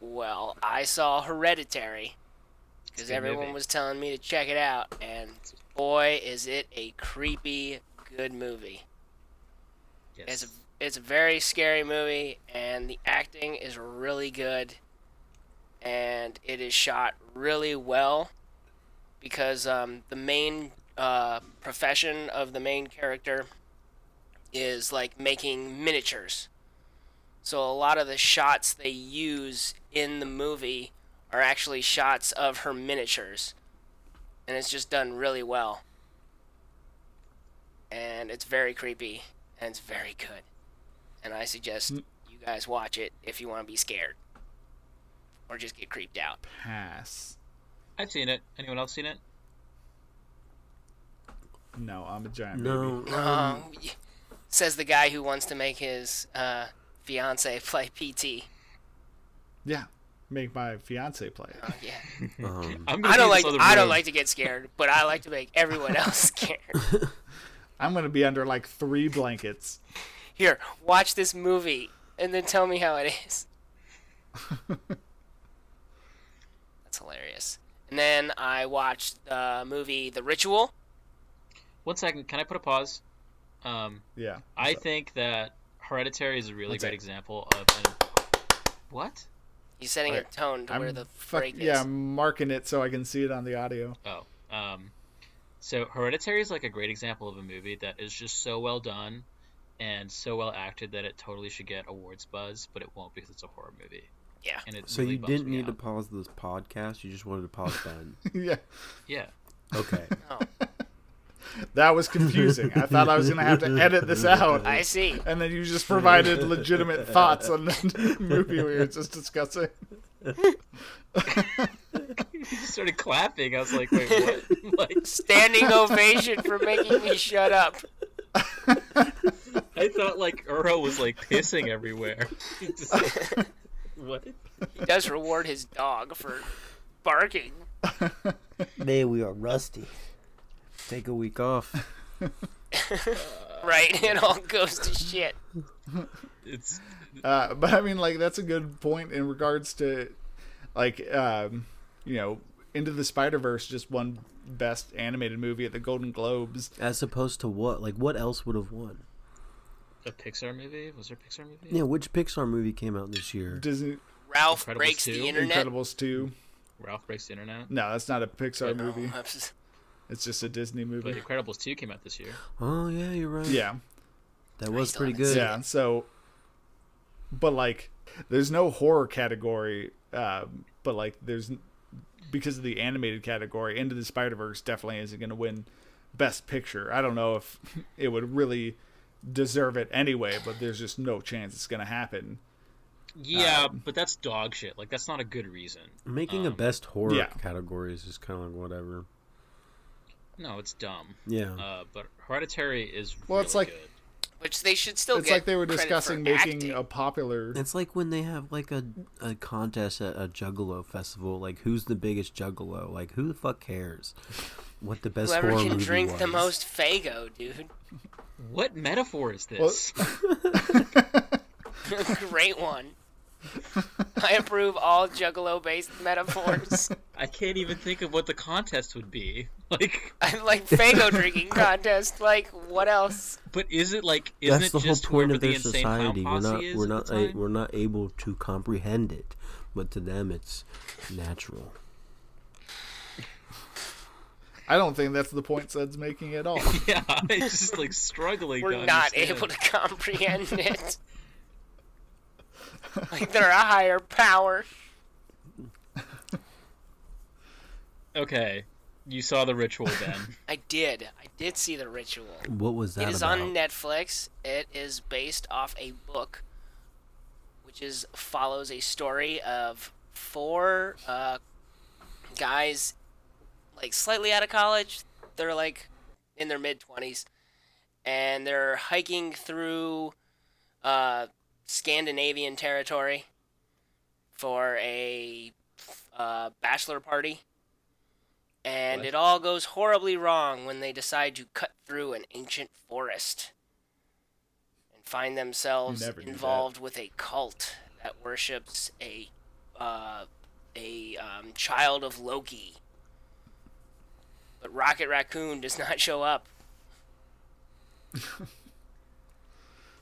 Speaker 2: Well, I saw Hereditary because
Speaker 3: a good
Speaker 2: everyone
Speaker 3: movie.
Speaker 2: was telling me to check it out, and boy, is it a creepy good movie.
Speaker 3: Yes.
Speaker 2: It's a, it's a very scary movie, and the acting is really good, and it is shot really well, because um, the main uh, profession of the main character is like making miniatures. So a lot of the shots they use in the movie are actually shots of her miniatures, and it's just done really well. And it's very creepy and it's very good. And I suggest
Speaker 1: Mm.
Speaker 2: you guys watch it if you want to be scared or just get creeped out.
Speaker 1: Pass.
Speaker 3: I've seen it. Anyone else seen it?
Speaker 1: No, I'm a giant baby.
Speaker 4: No, um,
Speaker 2: Um, y- says the guy who wants to make his uh, fiance play PT.
Speaker 1: Yeah, make my fiance play it.
Speaker 2: Oh, yeah,
Speaker 4: um,
Speaker 3: I'm gonna
Speaker 2: I
Speaker 3: be in
Speaker 2: don't
Speaker 3: this
Speaker 2: like
Speaker 3: other
Speaker 2: I don't
Speaker 3: room.
Speaker 2: like to get scared, but I like to make everyone else scared.
Speaker 1: I'm gonna be under like three blankets.
Speaker 2: Here, watch this movie and then tell me how it is. That's hilarious. And then I watched the movie The Ritual.
Speaker 3: One second. Can I put a pause? Um,
Speaker 1: Yeah.
Speaker 3: I
Speaker 1: So-
Speaker 3: think that Hereditary is a really
Speaker 1: That's
Speaker 3: great
Speaker 1: it.
Speaker 3: example of an... what?
Speaker 2: He's setting a
Speaker 1: Alright,
Speaker 2: tone to where the
Speaker 1: fuck-
Speaker 2: break is.
Speaker 1: yeah, I'm marking it so I can see it on the audio.
Speaker 3: Oh, um, so Hereditary is like a great example of a movie that is just so well done and so well acted that it totally should get awards buzz, but it won't because it's a horror movie.
Speaker 2: Yeah.
Speaker 3: And it
Speaker 4: so
Speaker 3: really
Speaker 4: you
Speaker 3: bums
Speaker 4: didn't
Speaker 3: me
Speaker 4: need to
Speaker 3: out.
Speaker 4: pause this podcast. You just wanted to pause that.
Speaker 1: yeah,
Speaker 3: Yeah.
Speaker 4: Okay.
Speaker 2: Oh,
Speaker 1: that was confusing. I thought I was gonna have to edit this out,
Speaker 2: I see.
Speaker 1: and then you just provided legitimate thoughts on the movie we were just discussing.
Speaker 3: You just started clapping. I was like, wait, what? like,
Speaker 2: Standing ovation for making me shut up.
Speaker 3: I thought like Earl was like pissing everywhere. Just like, what?
Speaker 2: He does reward his dog for barking.
Speaker 4: Man, we are rusty. Take a week off.
Speaker 2: Right, it all goes to shit.
Speaker 3: It's
Speaker 1: Uh, but I mean, like, that's a good point in regards to, like, um, you know, Into the Spider Verse just won best animated movie at the Golden Globes.
Speaker 4: As opposed to what? Like, what else would have won?
Speaker 3: a Pixar movie. Was there a Pixar movie?
Speaker 4: Yeah, which Pixar movie came out this year?
Speaker 1: Disney
Speaker 2: Ralph
Speaker 3: Incredibles
Speaker 2: breaks
Speaker 3: two?
Speaker 2: the internet.
Speaker 1: Incredibles two.
Speaker 3: Ralph Breaks the Internet.
Speaker 1: No, that's not a Pixar
Speaker 2: No,
Speaker 1: movie.
Speaker 2: I'm just-
Speaker 1: It's just a Disney
Speaker 3: But
Speaker 1: movie.
Speaker 3: Incredibles two came out this year.
Speaker 4: Oh yeah, you're right.
Speaker 1: Yeah.
Speaker 4: that was
Speaker 2: still
Speaker 4: pretty
Speaker 2: haven't
Speaker 4: good.
Speaker 2: seen
Speaker 1: Yeah. So, but like, there's no horror category. Um, but like, there's because of the animated category, Into the Spider Verse definitely isn't going to win Best Picture. I don't know if it would really deserve it anyway, but there's just no chance it's going to happen.
Speaker 3: Yeah,
Speaker 4: Uh,
Speaker 3: but that's dog shit. Like that's not a good reason.
Speaker 4: Making a
Speaker 3: Um,
Speaker 4: best horror
Speaker 1: yeah.
Speaker 4: category is just kind of like whatever.
Speaker 3: No, it's dumb.
Speaker 4: Yeah.
Speaker 3: Uh, but Hereditary is
Speaker 1: Well, it's
Speaker 3: really
Speaker 1: like-
Speaker 3: good.
Speaker 2: Which they should still
Speaker 1: it's
Speaker 2: get
Speaker 1: like they were
Speaker 2: credit for
Speaker 1: discussing making
Speaker 2: acting.
Speaker 1: a popular.
Speaker 4: it's like when they have like a, a contest at a Juggalo festival. Like, who's the biggest Juggalo? Like, who the fuck cares what the best
Speaker 2: Whoever
Speaker 4: horror
Speaker 2: can
Speaker 4: movie
Speaker 2: drink the
Speaker 4: was?
Speaker 2: most Fago, dude.
Speaker 3: What metaphor is this?
Speaker 2: Great one. I approve all juggalo-based metaphors.
Speaker 3: I can't even think of what the contest would be. Like,
Speaker 2: I like Fago drinking contest. Like what else?
Speaker 3: but is it like? Isn't
Speaker 4: That's
Speaker 3: it
Speaker 4: the whole
Speaker 3: just
Speaker 4: point
Speaker 3: whoever
Speaker 4: of their
Speaker 3: the insane clown
Speaker 4: society. We're
Speaker 3: posse
Speaker 4: not
Speaker 3: is
Speaker 4: we're
Speaker 3: at
Speaker 4: not
Speaker 3: the
Speaker 4: a,
Speaker 3: time?
Speaker 4: we're not able to comprehend it, but to them it's natural.
Speaker 1: I don't think that's the point Sud's making at all.
Speaker 3: Yeah, it's just like struggling.
Speaker 2: We're
Speaker 3: to
Speaker 2: not
Speaker 3: understand.
Speaker 2: able to comprehend it. like they're a higher power.
Speaker 3: Okay, you saw the ritual then.
Speaker 2: I did. I did see the ritual.
Speaker 4: What was that
Speaker 2: It is
Speaker 4: about?
Speaker 2: on Netflix. It is based off a book, which is follows a story of four uh, guys, like slightly out of college. They're like in their mid twenties, and they're hiking through uh, Scandinavian territory for a uh, bachelor party. And
Speaker 3: What?
Speaker 2: it all goes horribly wrong when they decide to cut through an ancient forest and find themselves
Speaker 1: never do that.
Speaker 2: involved with a cult that worships a uh, a um, child of Loki. But Rocket Raccoon does not show up.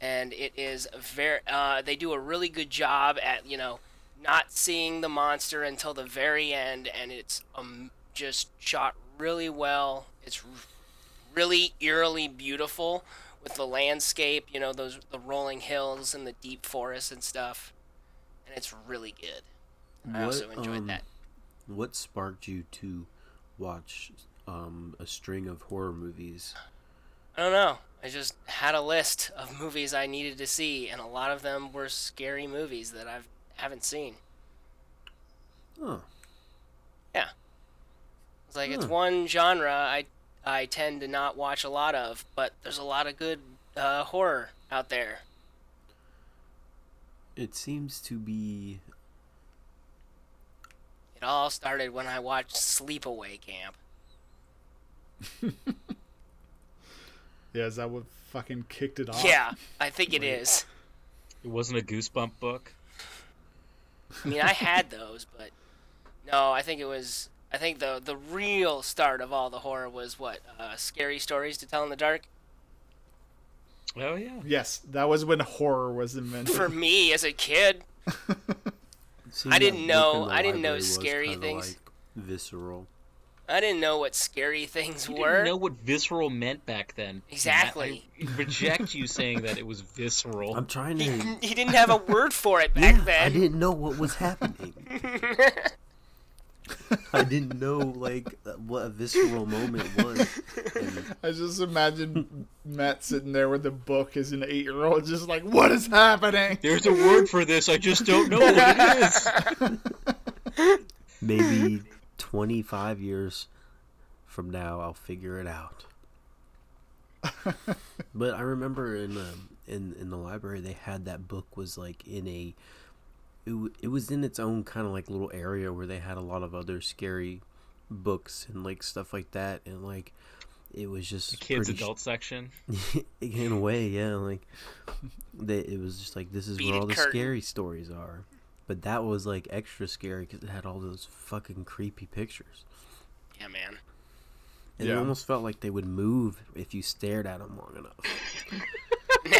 Speaker 2: and it is very. Uh, they do a really good job at you know not seeing the monster until the very end, and it's um, just shot really well. It's r- really eerily beautiful with the landscape, you know, those the rolling hills and the deep forest and stuff, and it's really good. I also enjoyed
Speaker 4: um,
Speaker 2: that.
Speaker 4: What sparked you to watch um, a string of horror movies?
Speaker 2: I don't know. I just had a list of movies I needed to see, and a lot of them were scary movies that I haven't seen.
Speaker 4: Oh,
Speaker 2: It's like it's
Speaker 4: Huh.
Speaker 2: one genre I I tend to not watch a lot of, but there's a lot of good uh, horror out there.
Speaker 4: it seems to be.
Speaker 2: It all started when I watched Sleepaway Camp.
Speaker 1: Yeah, is that what fucking kicked
Speaker 4: Oh.
Speaker 1: it off?
Speaker 2: Yeah, I think it is.
Speaker 3: It wasn't a goosebump book.
Speaker 2: I mean, I had those, but no, I think it was. I think the the real start of all the horror was what uh, scary stories to tell in the dark.
Speaker 3: Oh yeah.
Speaker 1: Yes, that was when horror was invented.
Speaker 2: For me as a kid,
Speaker 4: seeing
Speaker 2: I
Speaker 4: that
Speaker 2: didn't
Speaker 4: book in
Speaker 2: know-
Speaker 4: the
Speaker 2: I didn't know
Speaker 4: library was
Speaker 2: scary
Speaker 4: kinda,
Speaker 2: things.
Speaker 4: like, visceral.
Speaker 2: I didn't know what scary things
Speaker 3: You
Speaker 2: were.
Speaker 3: didn't know what visceral meant back then.
Speaker 2: Exactly.
Speaker 3: I reject you saying that it was visceral.
Speaker 4: I'm trying
Speaker 2: he,
Speaker 4: to.
Speaker 2: didn't- he didn't have a word for it back
Speaker 4: Yeah, I
Speaker 2: then.
Speaker 4: didn't know what was happening. I didn't know like uh, what a visceral moment was. And
Speaker 1: I just imagine Matt sitting there with a book as an eight year old, just like, what is happening?
Speaker 3: There's a word for this. I just don't know what it is.
Speaker 4: maybe 25 years from now, I'll figure it out. but I remember in um, in in the library they had that book was like in a it, w- it was in its own kind of like little area where they had a lot of other scary books and like stuff like that and like it was just
Speaker 3: Kids
Speaker 4: pretty sh-
Speaker 3: adult section.
Speaker 4: in a way, yeah. Like they, it was just like this is where
Speaker 2: Beaded
Speaker 4: all the
Speaker 2: curtain.
Speaker 4: scary stories are, but that was like extra scary because it had all those fucking creepy pictures,
Speaker 2: Yeah, man.
Speaker 4: and it
Speaker 1: Yeah.
Speaker 4: almost felt like they would move if you stared at them long enough.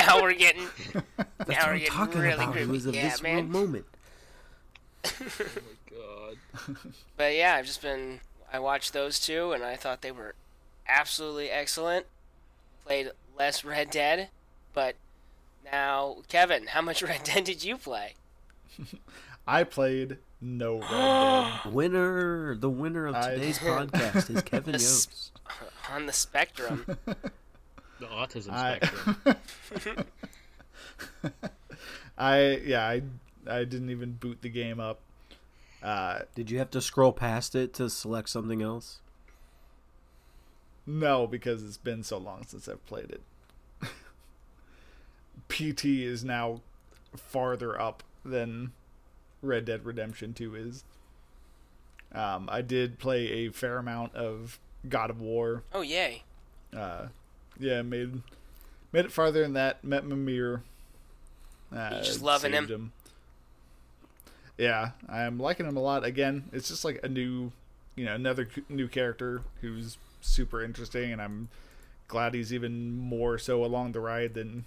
Speaker 2: Now we're getting.
Speaker 4: That's
Speaker 2: now
Speaker 4: what
Speaker 2: we're
Speaker 4: I'm
Speaker 2: getting
Speaker 4: talking
Speaker 2: really
Speaker 4: about. It
Speaker 2: creepy.
Speaker 4: was a
Speaker 2: yeah,
Speaker 4: visceral
Speaker 2: man.
Speaker 4: moment.
Speaker 3: Oh my god.
Speaker 2: But yeah, I've just been. I watched those two, and I thought they were absolutely excellent. Played less Red Dead, but now Kevin, how much Red Dead did you play?
Speaker 1: I played no Red Dead.
Speaker 4: Winner, the winner of
Speaker 1: I-
Speaker 4: today's podcast is Kevin
Speaker 2: The s-
Speaker 4: Yost.
Speaker 2: On the spectrum,
Speaker 3: The autism
Speaker 1: I-
Speaker 3: spectrum.
Speaker 1: I, yeah, I, I didn't even boot the game up. Uh,
Speaker 4: Did you have to scroll past it to select something else?
Speaker 1: no, because it's been so long since I've played it. PT is now farther up than Red Dead Redemption 2 is. Um, I did play a fair amount of God of War.
Speaker 2: oh yay!
Speaker 1: uh, yeah, made made it farther than that. Met Mimir. Uh,
Speaker 2: You just loving him?
Speaker 1: saved Yeah, I'm liking him a lot. Again, it's just like a new, you know, another c- new character who's super interesting, and I'm glad he's even more so along the ride than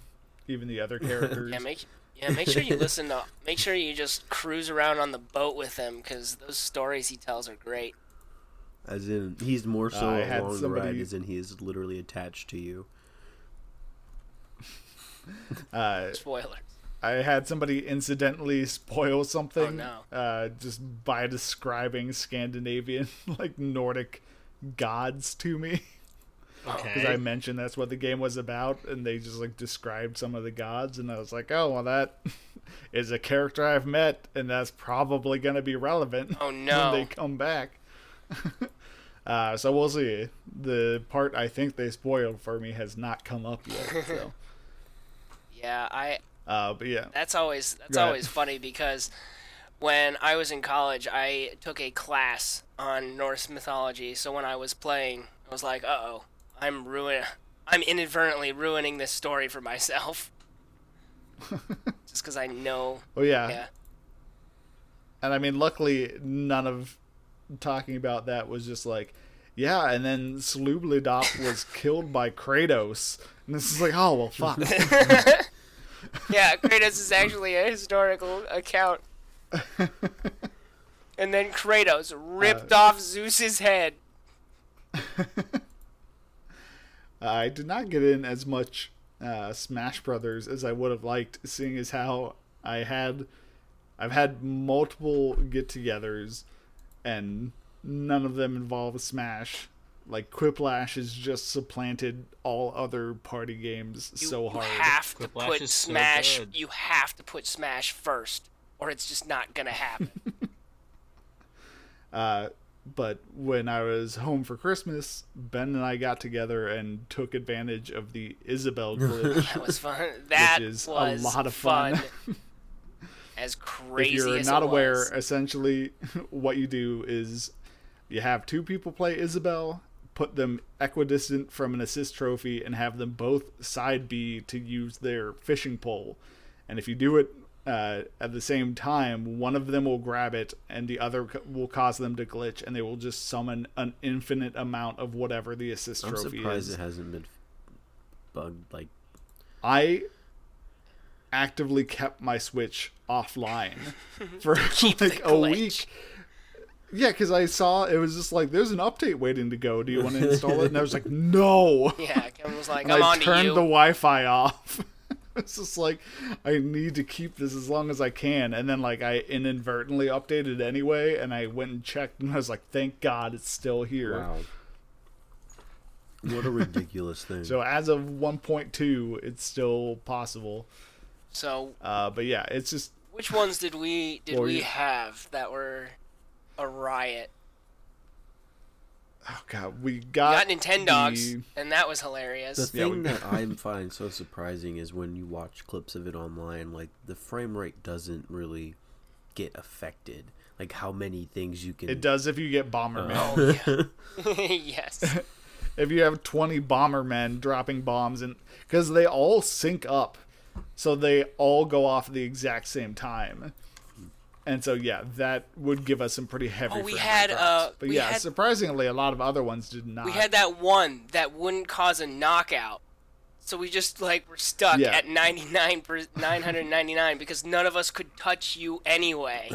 Speaker 1: even the other characters.
Speaker 2: Yeah, make yeah, make sure you listen to. Make sure you just cruise around on the boat with him, because those stories he tells are great.
Speaker 4: As in, he's more so
Speaker 1: I had
Speaker 4: along the ride.
Speaker 1: somebody-
Speaker 4: As in, he is literally attached to you.
Speaker 1: uh,
Speaker 2: Spoilers.
Speaker 1: I had somebody incidentally spoil something.
Speaker 2: Oh,
Speaker 1: uh, just by describing Scandinavian, like Nordic gods to me. because I
Speaker 3: Okay.
Speaker 1: mentioned that's what the game was about, and they just like described some of the gods, and I was like, oh well, that is a character I've met, and that's probably gonna be relevant
Speaker 2: Oh no!
Speaker 1: when they come back. uh, so we'll see. The part I think they spoiled for me has not come up yet. So,
Speaker 2: Yeah, I.
Speaker 1: uh, but yeah,
Speaker 2: That's always that's
Speaker 1: Go ahead.
Speaker 2: always funny because when I was in college, I took a class on Norse mythology. So when I was playing, I was like, "Uh oh, I'm ruin, I'm inadvertently ruining this story for myself." Just because I know,
Speaker 1: oh yeah.
Speaker 2: yeah,
Speaker 1: and I mean, luckily, none of talking about that was just like, yeah, and then Slubledop was killed by Kratos, and this is like, oh well, fuck.
Speaker 2: Yeah, Kratos is actually a historical account. and then Kratos
Speaker 1: Uh,
Speaker 2: ripped off Zeus's head.
Speaker 1: I did not get in as much uh, Smash Brothers as I would have liked, seeing as how I had I've had multiple get-togethers, and none of them involve Smash. Like Quiplash has just supplanted all other party games
Speaker 2: You
Speaker 1: so hard.
Speaker 2: have to
Speaker 3: Quiplash
Speaker 2: put
Speaker 3: is so
Speaker 2: Smash.
Speaker 3: good.
Speaker 2: you have to put Smash first, or it's just not gonna happen.
Speaker 1: Uh, but when I was home for Christmas, Ben and I got together and took advantage of the Isabel glitch.
Speaker 2: that was fun. That
Speaker 1: is a
Speaker 2: was
Speaker 1: lot of fun.
Speaker 2: as
Speaker 1: if
Speaker 2: crazy
Speaker 1: you're
Speaker 2: as
Speaker 1: not
Speaker 2: it
Speaker 1: aware,
Speaker 2: was.
Speaker 1: essentially what you do is you have two people play Isabel, put them equidistant from an assist trophy, and have them both side B to use their fishing pole. And if you do it uh, at the same time, one of them will grab it, and the other c- will cause them to glitch, and they will just summon an infinite amount of whatever the assist
Speaker 5: I'm
Speaker 1: trophy
Speaker 5: surprised
Speaker 1: is.
Speaker 5: it hasn't been bugged. Like,
Speaker 1: I actively kept my Switch offline for like a
Speaker 2: glitch.
Speaker 1: week. Yeah, because I saw it was just like there's an update waiting to go. Do you want to install it? And I was like, no.
Speaker 2: yeah, Kevin was like,
Speaker 1: And
Speaker 2: "I'm
Speaker 1: I
Speaker 2: on to
Speaker 1: turned
Speaker 2: you."
Speaker 1: the Wi-Fi off. it's just like I need to keep this as long as I can. And then like I inadvertently updated anyway, and I went and checked, and I was like, thank God it's still here.
Speaker 5: what a ridiculous thing.
Speaker 1: So as of 1.2, it's still possible.
Speaker 2: So,
Speaker 1: Uh, but yeah, it's just
Speaker 2: which ones did we did
Speaker 1: Well,
Speaker 2: we
Speaker 1: you-
Speaker 2: have that were a riot?
Speaker 1: oh god, we
Speaker 2: We
Speaker 1: got
Speaker 2: got Nintendogs,
Speaker 1: the-
Speaker 2: and that was hilarious.
Speaker 5: the
Speaker 1: Yeah, we-
Speaker 5: thing that I'm find so surprising is when you watch clips of it online, like the frame rate doesn't really get affected. Like how many things you can.
Speaker 1: It does if you get bombermen.
Speaker 2: Oh, yeah. yes.
Speaker 1: If you have twenty bombermen dropping bombs, and because they all sync up, so they all go off at the exact same time. And so yeah, that would give us some pretty heavy.
Speaker 2: Oh, we
Speaker 1: frame rate
Speaker 2: had,
Speaker 1: drops.
Speaker 2: uh,
Speaker 1: but
Speaker 2: we
Speaker 1: yeah,
Speaker 2: had-
Speaker 1: surprisingly, a lot of other ones did not.
Speaker 2: We had that one that wouldn't cause a knockout. So we just like were stuck
Speaker 1: Yeah.
Speaker 2: at 99 per, 999 because none of us could touch you anyway.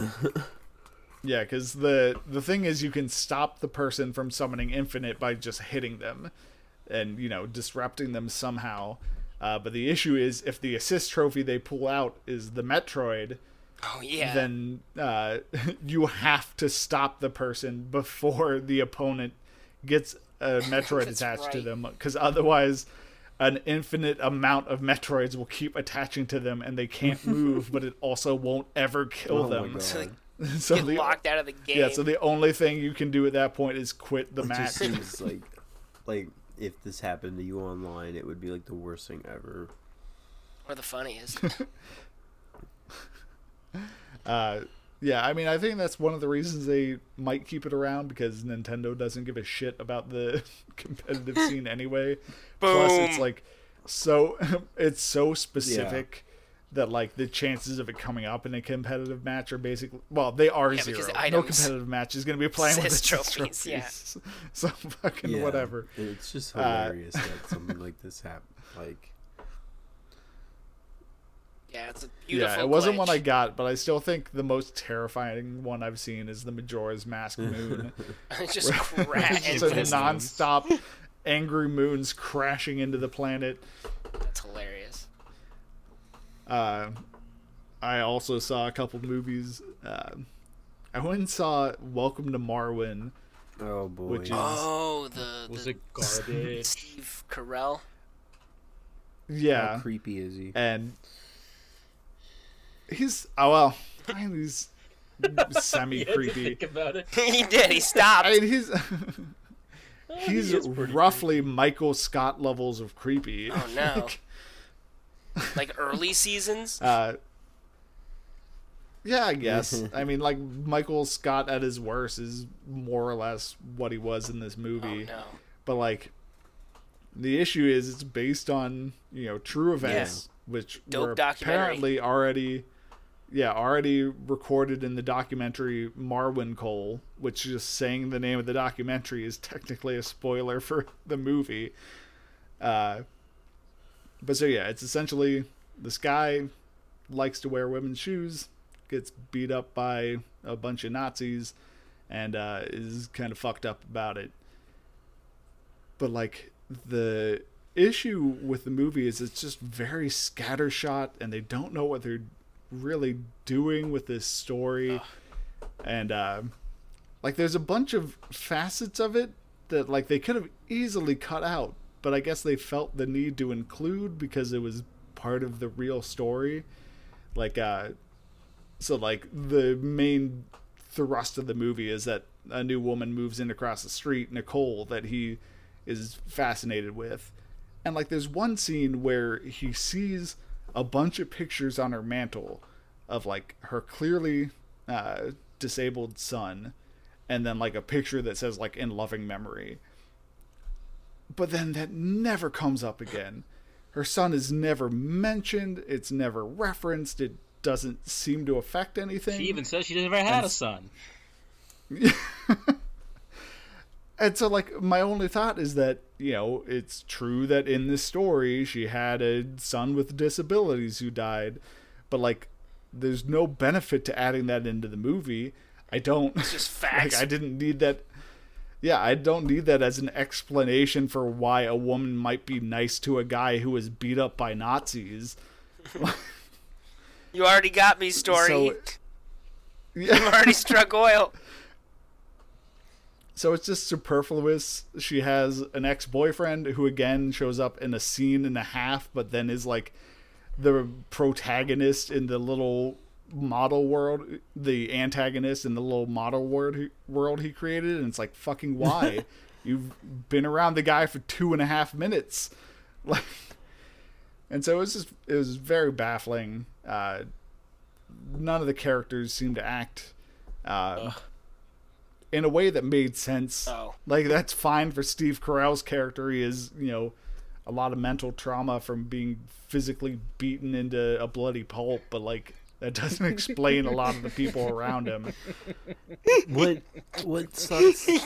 Speaker 1: Yeah, because the the thing is, you can stop the person from summoning infinite by just hitting them, and you know disrupting them somehow. Uh, but the issue is, if the assist trophy they pull out is the Metroid,
Speaker 2: Oh yeah.
Speaker 1: then uh, you have to stop the person before the opponent gets a Metroid
Speaker 2: That's
Speaker 1: attached to
Speaker 2: right.
Speaker 1: them, because otherwise, an infinite amount of Metroids will keep attaching to them, and they can't move. but it also won't ever kill
Speaker 5: Oh my
Speaker 1: them.
Speaker 5: God.
Speaker 1: so
Speaker 2: so they get
Speaker 1: the-
Speaker 2: locked out of the game.
Speaker 1: yeah, so the only thing you can do at that point is quit the
Speaker 5: It
Speaker 1: match.
Speaker 5: just seems like, like if this happened to you online, it would be like the worst thing ever.
Speaker 2: or the funniest.
Speaker 1: Uh, yeah, I mean, I think that's one of the reasons they might keep it around because Nintendo doesn't give a shit about the competitive scene anyway. Plus, it's
Speaker 2: Boom.
Speaker 1: like so it's so specific that like the chances of it coming up in a competitive match are basically well, they are
Speaker 2: Yeah,
Speaker 1: zero.
Speaker 2: because
Speaker 1: No
Speaker 2: items
Speaker 1: competitive match is going to be playing with
Speaker 2: says
Speaker 1: its
Speaker 2: trophies,
Speaker 1: trophies.
Speaker 2: yeah.
Speaker 1: So fucking whatever.
Speaker 5: It's just
Speaker 1: Uh,
Speaker 5: hilarious that something like this happened. Like,
Speaker 2: Yeah, it's a beautiful.
Speaker 1: yeah, it wasn't
Speaker 2: glitch.
Speaker 1: one I got, but I still think the most terrifying one I've seen is the Majora's Mask Moon.
Speaker 2: just crash.
Speaker 1: it's
Speaker 2: It's
Speaker 1: a
Speaker 3: Infinite moons.
Speaker 1: nonstop angry moons crashing into the planet.
Speaker 2: That's hilarious.
Speaker 1: Uh, I also saw a couple movies. Uh, I went and saw Welcome to Marwin,
Speaker 5: oh boy.
Speaker 1: which is
Speaker 2: Oh, the,
Speaker 3: Was
Speaker 2: the
Speaker 3: it garbage?
Speaker 2: Steve Carell.
Speaker 1: yeah,
Speaker 5: How creepy is he?
Speaker 1: and he's oh well, I mean, he's semi creepy.
Speaker 3: Think about it.
Speaker 2: he did. He stopped.
Speaker 1: I mean, he's he's
Speaker 3: is pretty
Speaker 1: roughly Michael Scott levels of creepy.
Speaker 2: Oh no. like early seasons.
Speaker 1: Uh, yeah, I guess. I mean, like Michael Scott at his worst is more or less what he was in this
Speaker 2: Oh
Speaker 1: movie.
Speaker 2: no.
Speaker 1: But like, the issue is it's based on you know true events, which
Speaker 2: Dope
Speaker 1: were
Speaker 2: documentary.
Speaker 1: apparently already, yeah, already recorded in the documentary Marwin Cole, which just saying the name of the documentary is technically a spoiler for the movie. Uh, but so yeah, it's essentially This guy likes to wear women's shoes, gets beat up by a bunch of Nazis, and uh, is kind of fucked up about it. But like the issue with the movie is it's just very scattershot, and they don't know what they're really doing with this story, and uh, like there's a bunch of facets of it that like they could have easily cut out, but I guess they felt the need to include because it was part of the real story. Like uh so like the main thrust of the movie is that a new woman moves in across the street, Nicole, that he is fascinated with. And like there's one scene where he sees a bunch of pictures on her mantle of like her clearly uh disabled son and then like a picture that says like in loving memory. But then that never comes up again. Her son is never mentioned, it's never referenced, it doesn't seem to affect anything.
Speaker 3: She even says she never had a son.
Speaker 1: and so like my only thought is that, you know, it's true that in this story she had a son with disabilities who died, but like there's no benefit to adding that into the movie. I don't
Speaker 2: It's just facts.
Speaker 1: like I didn't need that. Yeah, I don't need that as an explanation for why a woman might be nice to a guy who was beat up by Nazis.
Speaker 2: you already got me, story.
Speaker 1: So- Yeah.
Speaker 2: you already struck oil.
Speaker 1: So it's just superfluous. She has an ex-boyfriend who again shows up in a scene and a half, but then is like the protagonist in the little model world, the antagonist in the little model world he, world he created, and it's like fucking why? You've been around the guy for two and a half minutes, like, and so it was just it was very baffling. Uh, none of the characters seem to act. Uh, in a way that made sense.
Speaker 2: Oh.
Speaker 1: Like that's fine for Steve Carell's character. He is, you know, a lot of mental trauma from being physically beaten into a bloody pulp, but like that doesn't explain a lot of the people around him.
Speaker 4: What what sucks
Speaker 2: He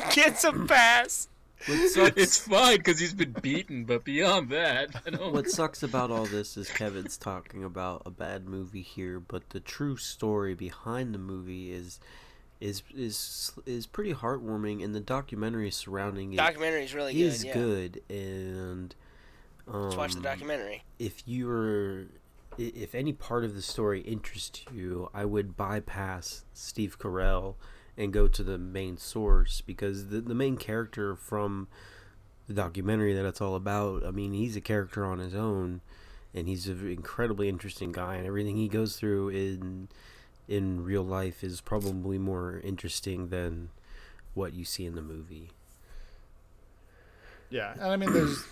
Speaker 2: gets a pass.
Speaker 4: what sucks
Speaker 3: It's fine because he's been beaten, but beyond that, I don't.
Speaker 4: what sucks about all this is Kevin's talking about a bad movie here, but the true story behind the movie is is is is pretty heartwarming, and the documentary surrounding it
Speaker 2: Documentary's really good.
Speaker 4: is
Speaker 2: yeah.
Speaker 4: good. And um,
Speaker 2: Let's watch the documentary.
Speaker 4: if you were i- if any part of the story interests you, I would bypass Steve Carell and go to the main source because the the main character from the documentary that it's all about, I mean, he's a character on his own and he's an incredibly interesting guy and everything he goes through in in real life is probably more interesting than what you see in the movie.
Speaker 1: Yeah, and I mean, there's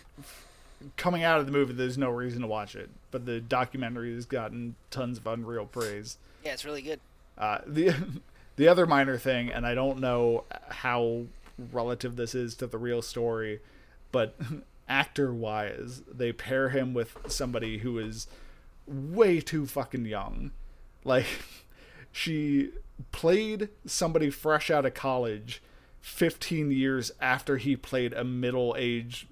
Speaker 1: coming out of the movie, there's no reason to watch it, but the documentary has gotten tons of unreal praise.
Speaker 2: Yeah, it's really good.
Speaker 1: Uh, the the other minor thing, and I don't know how relative this is to the real story, but actor wise, they pair him with somebody who is way too fucking young. Like she played somebody fresh out of college 15 years after he played a middle-aged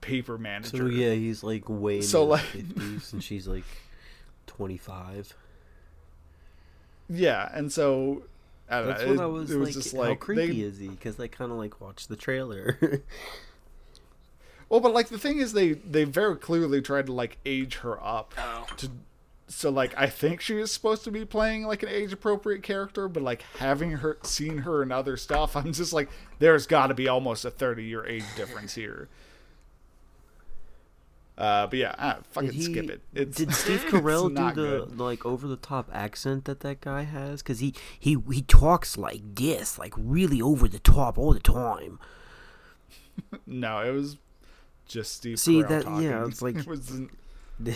Speaker 1: paper manager.
Speaker 4: So yeah, he's like way in
Speaker 1: So,
Speaker 4: his
Speaker 1: like-
Speaker 4: 50s and she's like 25.
Speaker 1: Yeah, and so I don't
Speaker 4: That's
Speaker 1: know.
Speaker 4: what
Speaker 1: it,
Speaker 4: I was,
Speaker 1: it was
Speaker 4: like,
Speaker 1: just
Speaker 4: How
Speaker 1: like they-
Speaker 4: creepy is he? Because I kind of like watched the trailer.
Speaker 1: Well, but like the thing is, they they very clearly tried to like age her up
Speaker 2: Oh.
Speaker 1: to, so like I think she is supposed to be playing like an age appropriate character, but like having her seen her in other stuff, I'm just like, there's got to be almost a thirty year age difference here. Uh, but yeah, ah, fucking skip it. It's,
Speaker 4: did Steve
Speaker 1: it's
Speaker 4: Carell
Speaker 1: not
Speaker 4: do the
Speaker 1: good.
Speaker 4: like over the top accent that that guy has? Because he he he talks like this, like really over the top all the time.
Speaker 1: No, it was just Steve.
Speaker 4: See,
Speaker 1: Carell
Speaker 4: that-
Speaker 1: talking.
Speaker 4: yeah, it's like-
Speaker 1: it wasn't-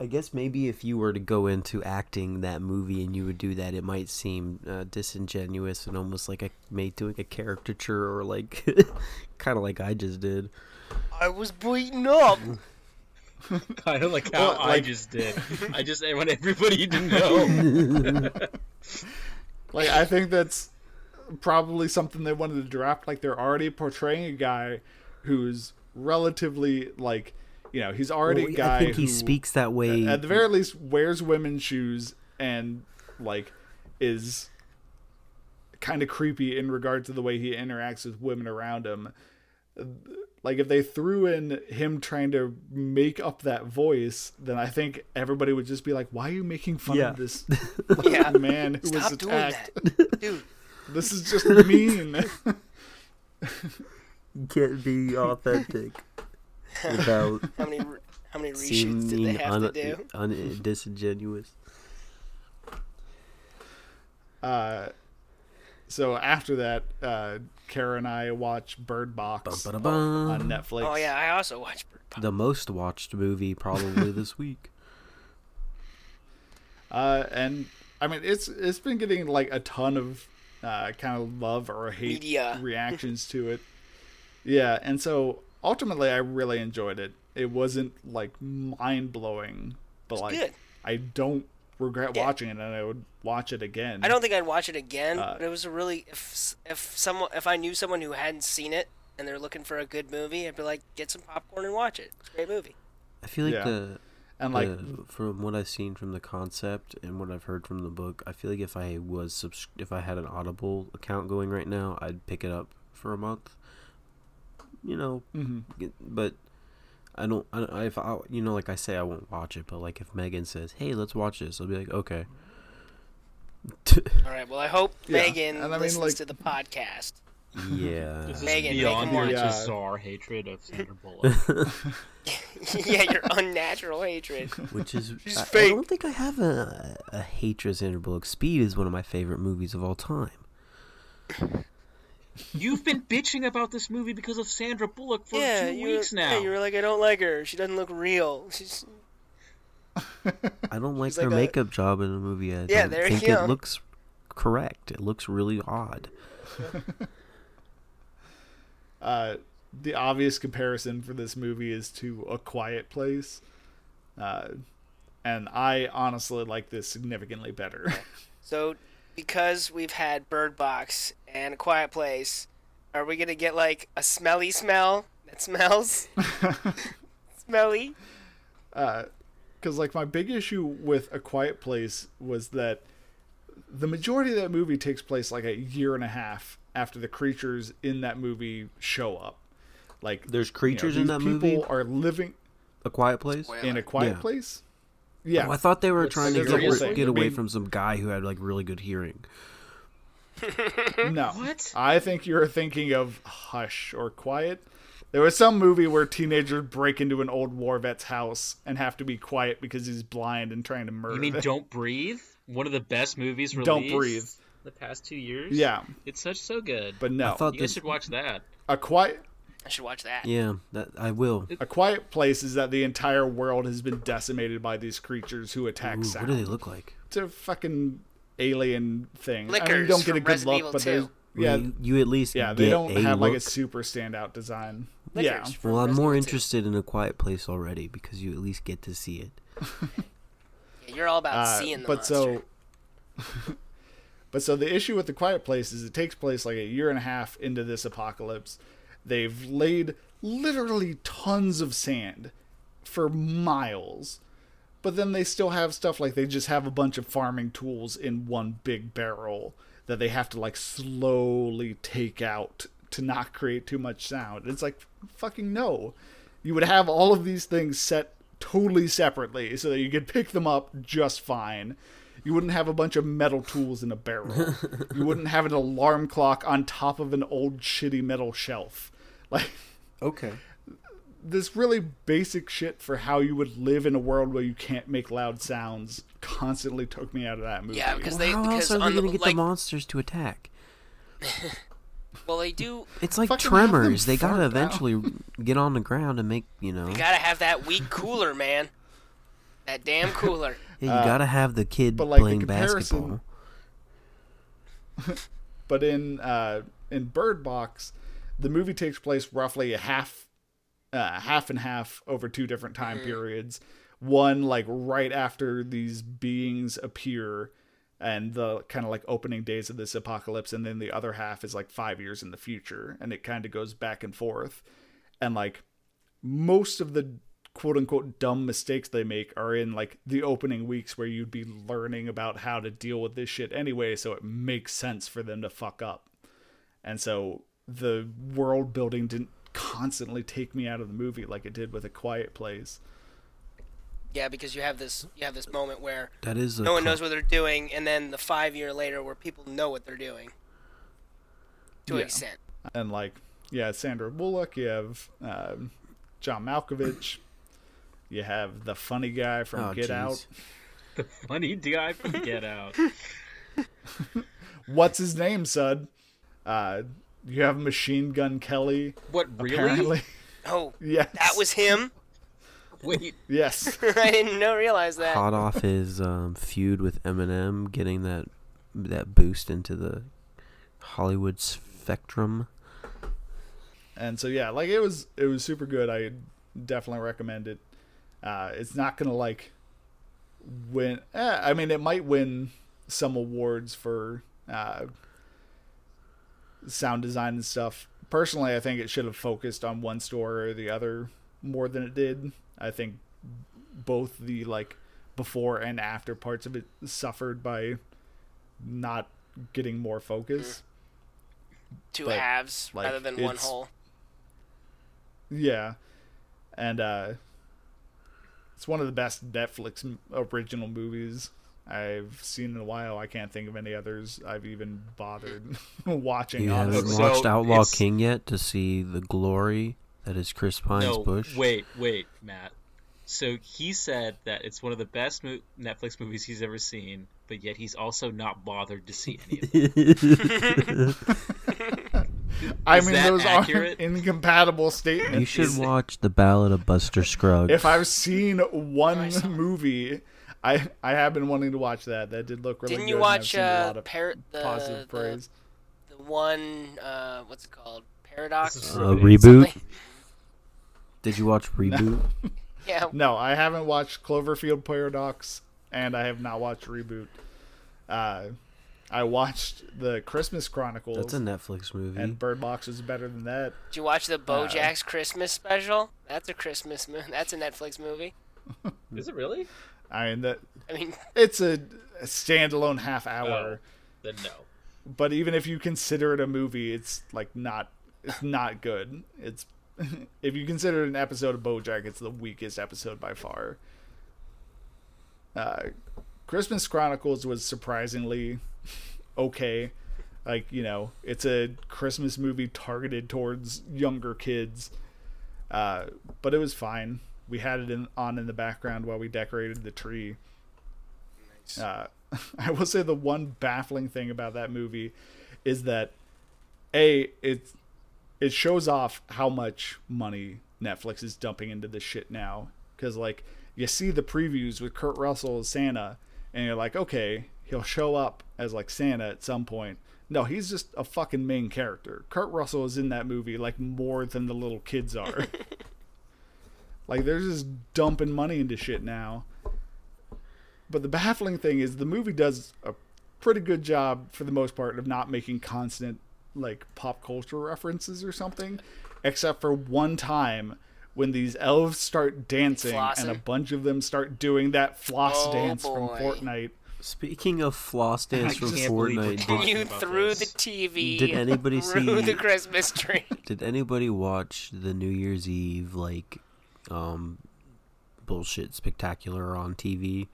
Speaker 4: I guess maybe if you were to go into acting that movie and you would do that, it might seem uh, disingenuous and almost like I made doing a caricature or like kind of like I just did.
Speaker 2: I was beaten up.
Speaker 3: Kind of like how
Speaker 1: Well,
Speaker 3: I
Speaker 1: like-
Speaker 3: just did. I just I want everybody to know.
Speaker 1: Like I think that's probably something they wanted to draft. Like they're already portraying a guy who's relatively like you know he's already
Speaker 4: Well,
Speaker 1: a guy
Speaker 4: I think
Speaker 1: who
Speaker 4: he speaks that way.
Speaker 1: at the very least wears women's shoes and like is kind of creepy in regard to the way he interacts with women around him like if they threw in him trying to make up that voice then i think everybody would just be like why are you making fun
Speaker 4: Yeah.
Speaker 1: of this
Speaker 2: Yeah.
Speaker 1: man who was
Speaker 2: Stop doing
Speaker 1: attacked
Speaker 2: that, dude.
Speaker 1: this is just mean
Speaker 4: can't be authentic without
Speaker 2: How many how many reshoots did they
Speaker 4: seeming
Speaker 2: have to
Speaker 4: un-
Speaker 2: do?
Speaker 4: un- disingenuous.
Speaker 1: uh so after that uh kara and i watch bird box on
Speaker 4: Ba-ba-da-bum.
Speaker 1: netflix
Speaker 2: Oh yeah, I also watch Bird Box.
Speaker 4: The most watched movie probably this week.
Speaker 1: Uh, and I mean, it's it's been getting like a ton of uh, kind of love or hate
Speaker 2: Media.
Speaker 1: reactions to it. Yeah, and so ultimately, I really enjoyed it. It wasn't like mind blowing, but like
Speaker 2: good.
Speaker 1: I don't regret
Speaker 2: Yeah.
Speaker 1: watching it, and I would watch it again.
Speaker 2: I don't think I'd watch it again,
Speaker 1: Uh,
Speaker 2: but it was a really if if someone if I knew someone who hadn't seen it and they're looking for a good movie, I'd be like, get some popcorn and watch it. It's a great movie.
Speaker 4: I feel like
Speaker 1: Yeah.
Speaker 4: the
Speaker 1: and like
Speaker 4: the- from what I've seen from the concept and what I've heard from the book, I feel like if I was subs- if I had an Audible account going right now, I'd pick it up for a month. You know,
Speaker 2: Mm-hmm.
Speaker 1: mhm.
Speaker 4: get- but I don't. I, don't- if I you know, like I say, I won't watch it. But like if Megan says, "Hey, let's watch this," I'll be like, "Okay."
Speaker 2: All right. Well, I hope
Speaker 1: Yeah,
Speaker 2: Megan
Speaker 1: and I mean,
Speaker 2: listens
Speaker 1: like-
Speaker 2: to the podcast.
Speaker 4: yeah.
Speaker 3: This is
Speaker 2: Megan,
Speaker 3: beyond
Speaker 2: Megan,
Speaker 3: my
Speaker 1: yeah.
Speaker 3: bizarre hatred of Sandra Bullock.
Speaker 2: yeah, your unnatural hatred.
Speaker 4: Which is
Speaker 1: She's
Speaker 4: I, I
Speaker 1: fake.
Speaker 4: don't think I have a a hatred of Sandra Bullock. Speed is one of my favorite movies of all time.
Speaker 3: You've been bitching about this movie because of Sandra Bullock for
Speaker 2: yeah,
Speaker 3: two
Speaker 2: you
Speaker 3: weeks
Speaker 2: were,
Speaker 3: now.
Speaker 2: Yeah, you were like, I don't like her. She doesn't look real. She's
Speaker 4: I don't like
Speaker 2: She's
Speaker 4: her
Speaker 2: like a-
Speaker 4: makeup job in the movie. I
Speaker 2: Yeah,
Speaker 4: don't
Speaker 2: there
Speaker 4: think
Speaker 2: you go.
Speaker 4: it looks correct. It looks really odd.
Speaker 1: uh, the obvious comparison for this movie is to A Quiet Place, uh, and I honestly like this significantly better.
Speaker 2: so because we've had Bird Box and A Quiet Place. Are we gonna get like a smelly smell that smells smelly?
Speaker 1: because like my big issue with a quiet place was that the majority of that movie takes place like a year and a half after the creatures in that movie show up like
Speaker 4: There's creatures
Speaker 1: you
Speaker 4: in
Speaker 1: know,
Speaker 4: that
Speaker 1: these people
Speaker 4: movie.
Speaker 1: are living
Speaker 4: A Quiet Place.
Speaker 1: in a quiet
Speaker 4: Yeah.
Speaker 1: place yeah
Speaker 4: Oh, I thought they were trying to
Speaker 1: there's a
Speaker 4: get,
Speaker 1: whole thing.
Speaker 4: get
Speaker 1: I
Speaker 4: away
Speaker 1: mean-
Speaker 4: from some guy who had like really good hearing.
Speaker 1: no
Speaker 3: What?
Speaker 1: i think you're thinking of hush or quiet there was some movie where teenagers break into an old war vet's house and have to be quiet because he's blind and trying to murder
Speaker 3: You mean
Speaker 1: them.
Speaker 3: Don't Breathe? One of the best movies released.
Speaker 1: Don't Breathe.
Speaker 3: The past two years.
Speaker 1: yeah
Speaker 3: it's such so good.
Speaker 1: but no
Speaker 4: I thought
Speaker 3: you guys
Speaker 4: this.
Speaker 3: should watch that.
Speaker 1: a quiet
Speaker 2: I should watch that.
Speaker 4: Yeah, that I will.
Speaker 1: A quiet place is that the entire world has been decimated by these creatures who attack
Speaker 4: Ooh, what
Speaker 1: sound.
Speaker 4: do they look like?
Speaker 1: It's a fucking alien thing. I mean, you
Speaker 2: Lickers
Speaker 1: don't get a
Speaker 2: from
Speaker 1: good
Speaker 2: Resident
Speaker 1: look,
Speaker 2: Evil
Speaker 1: but there's
Speaker 2: 2.
Speaker 1: yeah,
Speaker 4: you, you at least
Speaker 1: yeah,
Speaker 4: Get
Speaker 1: they don't
Speaker 4: a
Speaker 1: have
Speaker 4: look.
Speaker 1: like a super standout design.
Speaker 2: Lickers
Speaker 1: Yeah,
Speaker 2: from
Speaker 4: Well, I'm
Speaker 2: Resident
Speaker 4: more
Speaker 2: Evil 2.
Speaker 4: interested in a Quiet Place already because you at least get to see it.
Speaker 2: Yeah, You're all about
Speaker 1: uh,
Speaker 2: seeing the
Speaker 1: but
Speaker 2: monster.
Speaker 1: so. But so the issue with the Quiet Place is it takes place like a year and a half into this apocalypse. They've laid literally tons of sand for miles. but then they still have stuff like they just have a bunch of farming tools in one big barrel that they have to like slowly take out to not create too much sound. It's like fucking no. You would have all of these things set totally separately so that you could pick them up just fine. You wouldn't have a bunch of metal tools in a barrel. you wouldn't have an alarm clock on top of an old shitty metal shelf. Like
Speaker 4: Okay.
Speaker 1: this really basic shit for how you would live in a world where you can't make loud sounds constantly took me out of that movie.
Speaker 2: yeah, because
Speaker 4: Well,
Speaker 2: they
Speaker 4: how
Speaker 2: because
Speaker 4: else are they
Speaker 2: on the
Speaker 4: going to get
Speaker 2: like
Speaker 4: the monsters to attack?
Speaker 2: well they do
Speaker 4: It's like
Speaker 1: Fucking have them
Speaker 4: Tremors. They
Speaker 1: fart
Speaker 4: gotta
Speaker 1: out.
Speaker 4: eventually get on the ground and make you know.
Speaker 2: you gotta have that weak cooler man, that damn cooler.
Speaker 4: Yeah, you gotta have the kid
Speaker 1: uh, but, like, the
Speaker 4: playing
Speaker 1: comparison-
Speaker 4: basketball.
Speaker 1: But in uh, in Bird Box, the movie takes place roughly a half uh, half and half over two different time periods. One like right after these beings appear and the kind of like opening days of this apocalypse and then the other half is like 5 years in the future and it kind of goes back and forth. And like most of the quote unquote dumb mistakes they make are in like the opening weeks where you'd be learning about how to deal with this shit anyway, so it makes sense for them to fuck up. And so the world building didn't constantly take me out of the movie like it did with A Quiet Place.
Speaker 2: Yeah, because you have this you have this moment where
Speaker 4: That is a
Speaker 2: no one
Speaker 4: com-
Speaker 2: knows what they're doing, and then the five year later where people know what they're doing. To
Speaker 1: Yeah.
Speaker 2: an extent.
Speaker 1: And like, yeah, Sandra Bullock, you have um, John Malkovich, you have the funny guy from
Speaker 4: Oh,
Speaker 1: Get
Speaker 4: jeez.
Speaker 1: Out.
Speaker 3: Funny guy from Get Out.
Speaker 1: What's his name, son? Uh, you have Machine Gun Kelly.
Speaker 3: What really?
Speaker 1: Apparently,
Speaker 2: Oh,
Speaker 1: yes.
Speaker 2: that was him.
Speaker 3: Wait,
Speaker 1: yes.
Speaker 2: I didn't know realize that.
Speaker 4: Hot off his um, feud with Eminem, getting that that boost into the Hollywood spectrum.
Speaker 1: and so yeah like it was it was super good i definitely recommend it uh it's not gonna like win eh, i mean it might win some awards for uh sound design and stuff personally i think it should have focused on one store or the other more than it did i think both the like before and after parts of it suffered by not getting more focus
Speaker 2: Two
Speaker 1: but,
Speaker 2: halves
Speaker 1: like,
Speaker 2: rather than one
Speaker 1: it's-
Speaker 2: whole.
Speaker 1: Yeah, and uh, it's one of the best Netflix m- original movies I've seen in a while. I can't think of any others I've even bothered watching.
Speaker 4: You haven't
Speaker 1: honestly.
Speaker 3: So
Speaker 4: watched Outlaw
Speaker 3: it's-
Speaker 4: King yet to see the glory that is Chris Pine's
Speaker 3: no,
Speaker 4: Bush.
Speaker 3: wait, wait, Matt. So he said that it's one of the best mo- Netflix movies he's ever seen, but yet he's also not bothered to see any of it.
Speaker 1: I
Speaker 3: Is
Speaker 1: mean,
Speaker 3: that
Speaker 1: those
Speaker 3: accurate?
Speaker 1: are incompatible statements.
Speaker 4: you should watch The Ballad of Buster Scruggs.
Speaker 1: If I've seen one
Speaker 2: I saw it.
Speaker 1: movie, I I have been wanting to watch that. That did look really
Speaker 2: Didn't
Speaker 1: good.
Speaker 2: you
Speaker 1: and I've
Speaker 2: watch
Speaker 1: seen a
Speaker 2: uh,
Speaker 1: lot of
Speaker 2: par- the,
Speaker 1: positive
Speaker 2: the,
Speaker 1: praise?
Speaker 2: the one, uh, what's it called? Paradox?
Speaker 3: This is
Speaker 4: uh,
Speaker 3: Really?
Speaker 4: reboot? Did you watch Reboot?
Speaker 2: Yeah.
Speaker 1: No, I haven't watched Cloverfield Paradox, and I have not watched Reboot. Uh, I watched the Christmas Chronicles,
Speaker 4: That's a Netflix movie.
Speaker 1: and Bird Box is better than that.
Speaker 2: Did you watch the BoJack's Christmas special? That's a Christmas movie. That's a Netflix movie.
Speaker 3: Is it really?
Speaker 1: I mean, that
Speaker 2: I mean,
Speaker 1: it's a, a standalone half hour,
Speaker 3: Then no.
Speaker 1: but even if you consider it a movie, it's like not it's not good. It's if you consider it an episode of BoJack, it's the weakest episode by far. Uh, Christmas Chronicles was surprisingly okay. Like, you know, it's a Christmas movie targeted towards younger kids. Uh, but it was fine. We had it in, on in the background while we decorated the tree. Uh, I will say the one baffling thing about that movie is that a it's it shows off how much money Netflix is dumping into this shit now. Because like you see the previews with Kurt Russell as Santa, and you're like, okay, he'll show up as like Santa at some point. No, he's just a fucking main character. Kurt Russell is in that movie like more than the little kids are. like they're just dumping money into shit now. But the baffling thing is the movie does a pretty good job for the most part of not making constant like pop culture references or something, except for one time when these elves start dancing and a
Speaker 2: Flossing.
Speaker 1: bunch of them start doing that floss
Speaker 2: Oh,
Speaker 1: dance from
Speaker 2: boy.
Speaker 1: Fortnite.
Speaker 4: Speaking of floss dance
Speaker 3: I
Speaker 4: from
Speaker 3: can't believe we're
Speaker 4: Fortnite,
Speaker 3: talking
Speaker 4: did,
Speaker 2: you
Speaker 3: about
Speaker 2: threw
Speaker 3: this.
Speaker 2: the TV.
Speaker 4: Did anybody
Speaker 2: through
Speaker 4: see-
Speaker 2: the Christmas tree?
Speaker 4: did anybody watch the New Year's Eve like um bullshit spectacular on TV?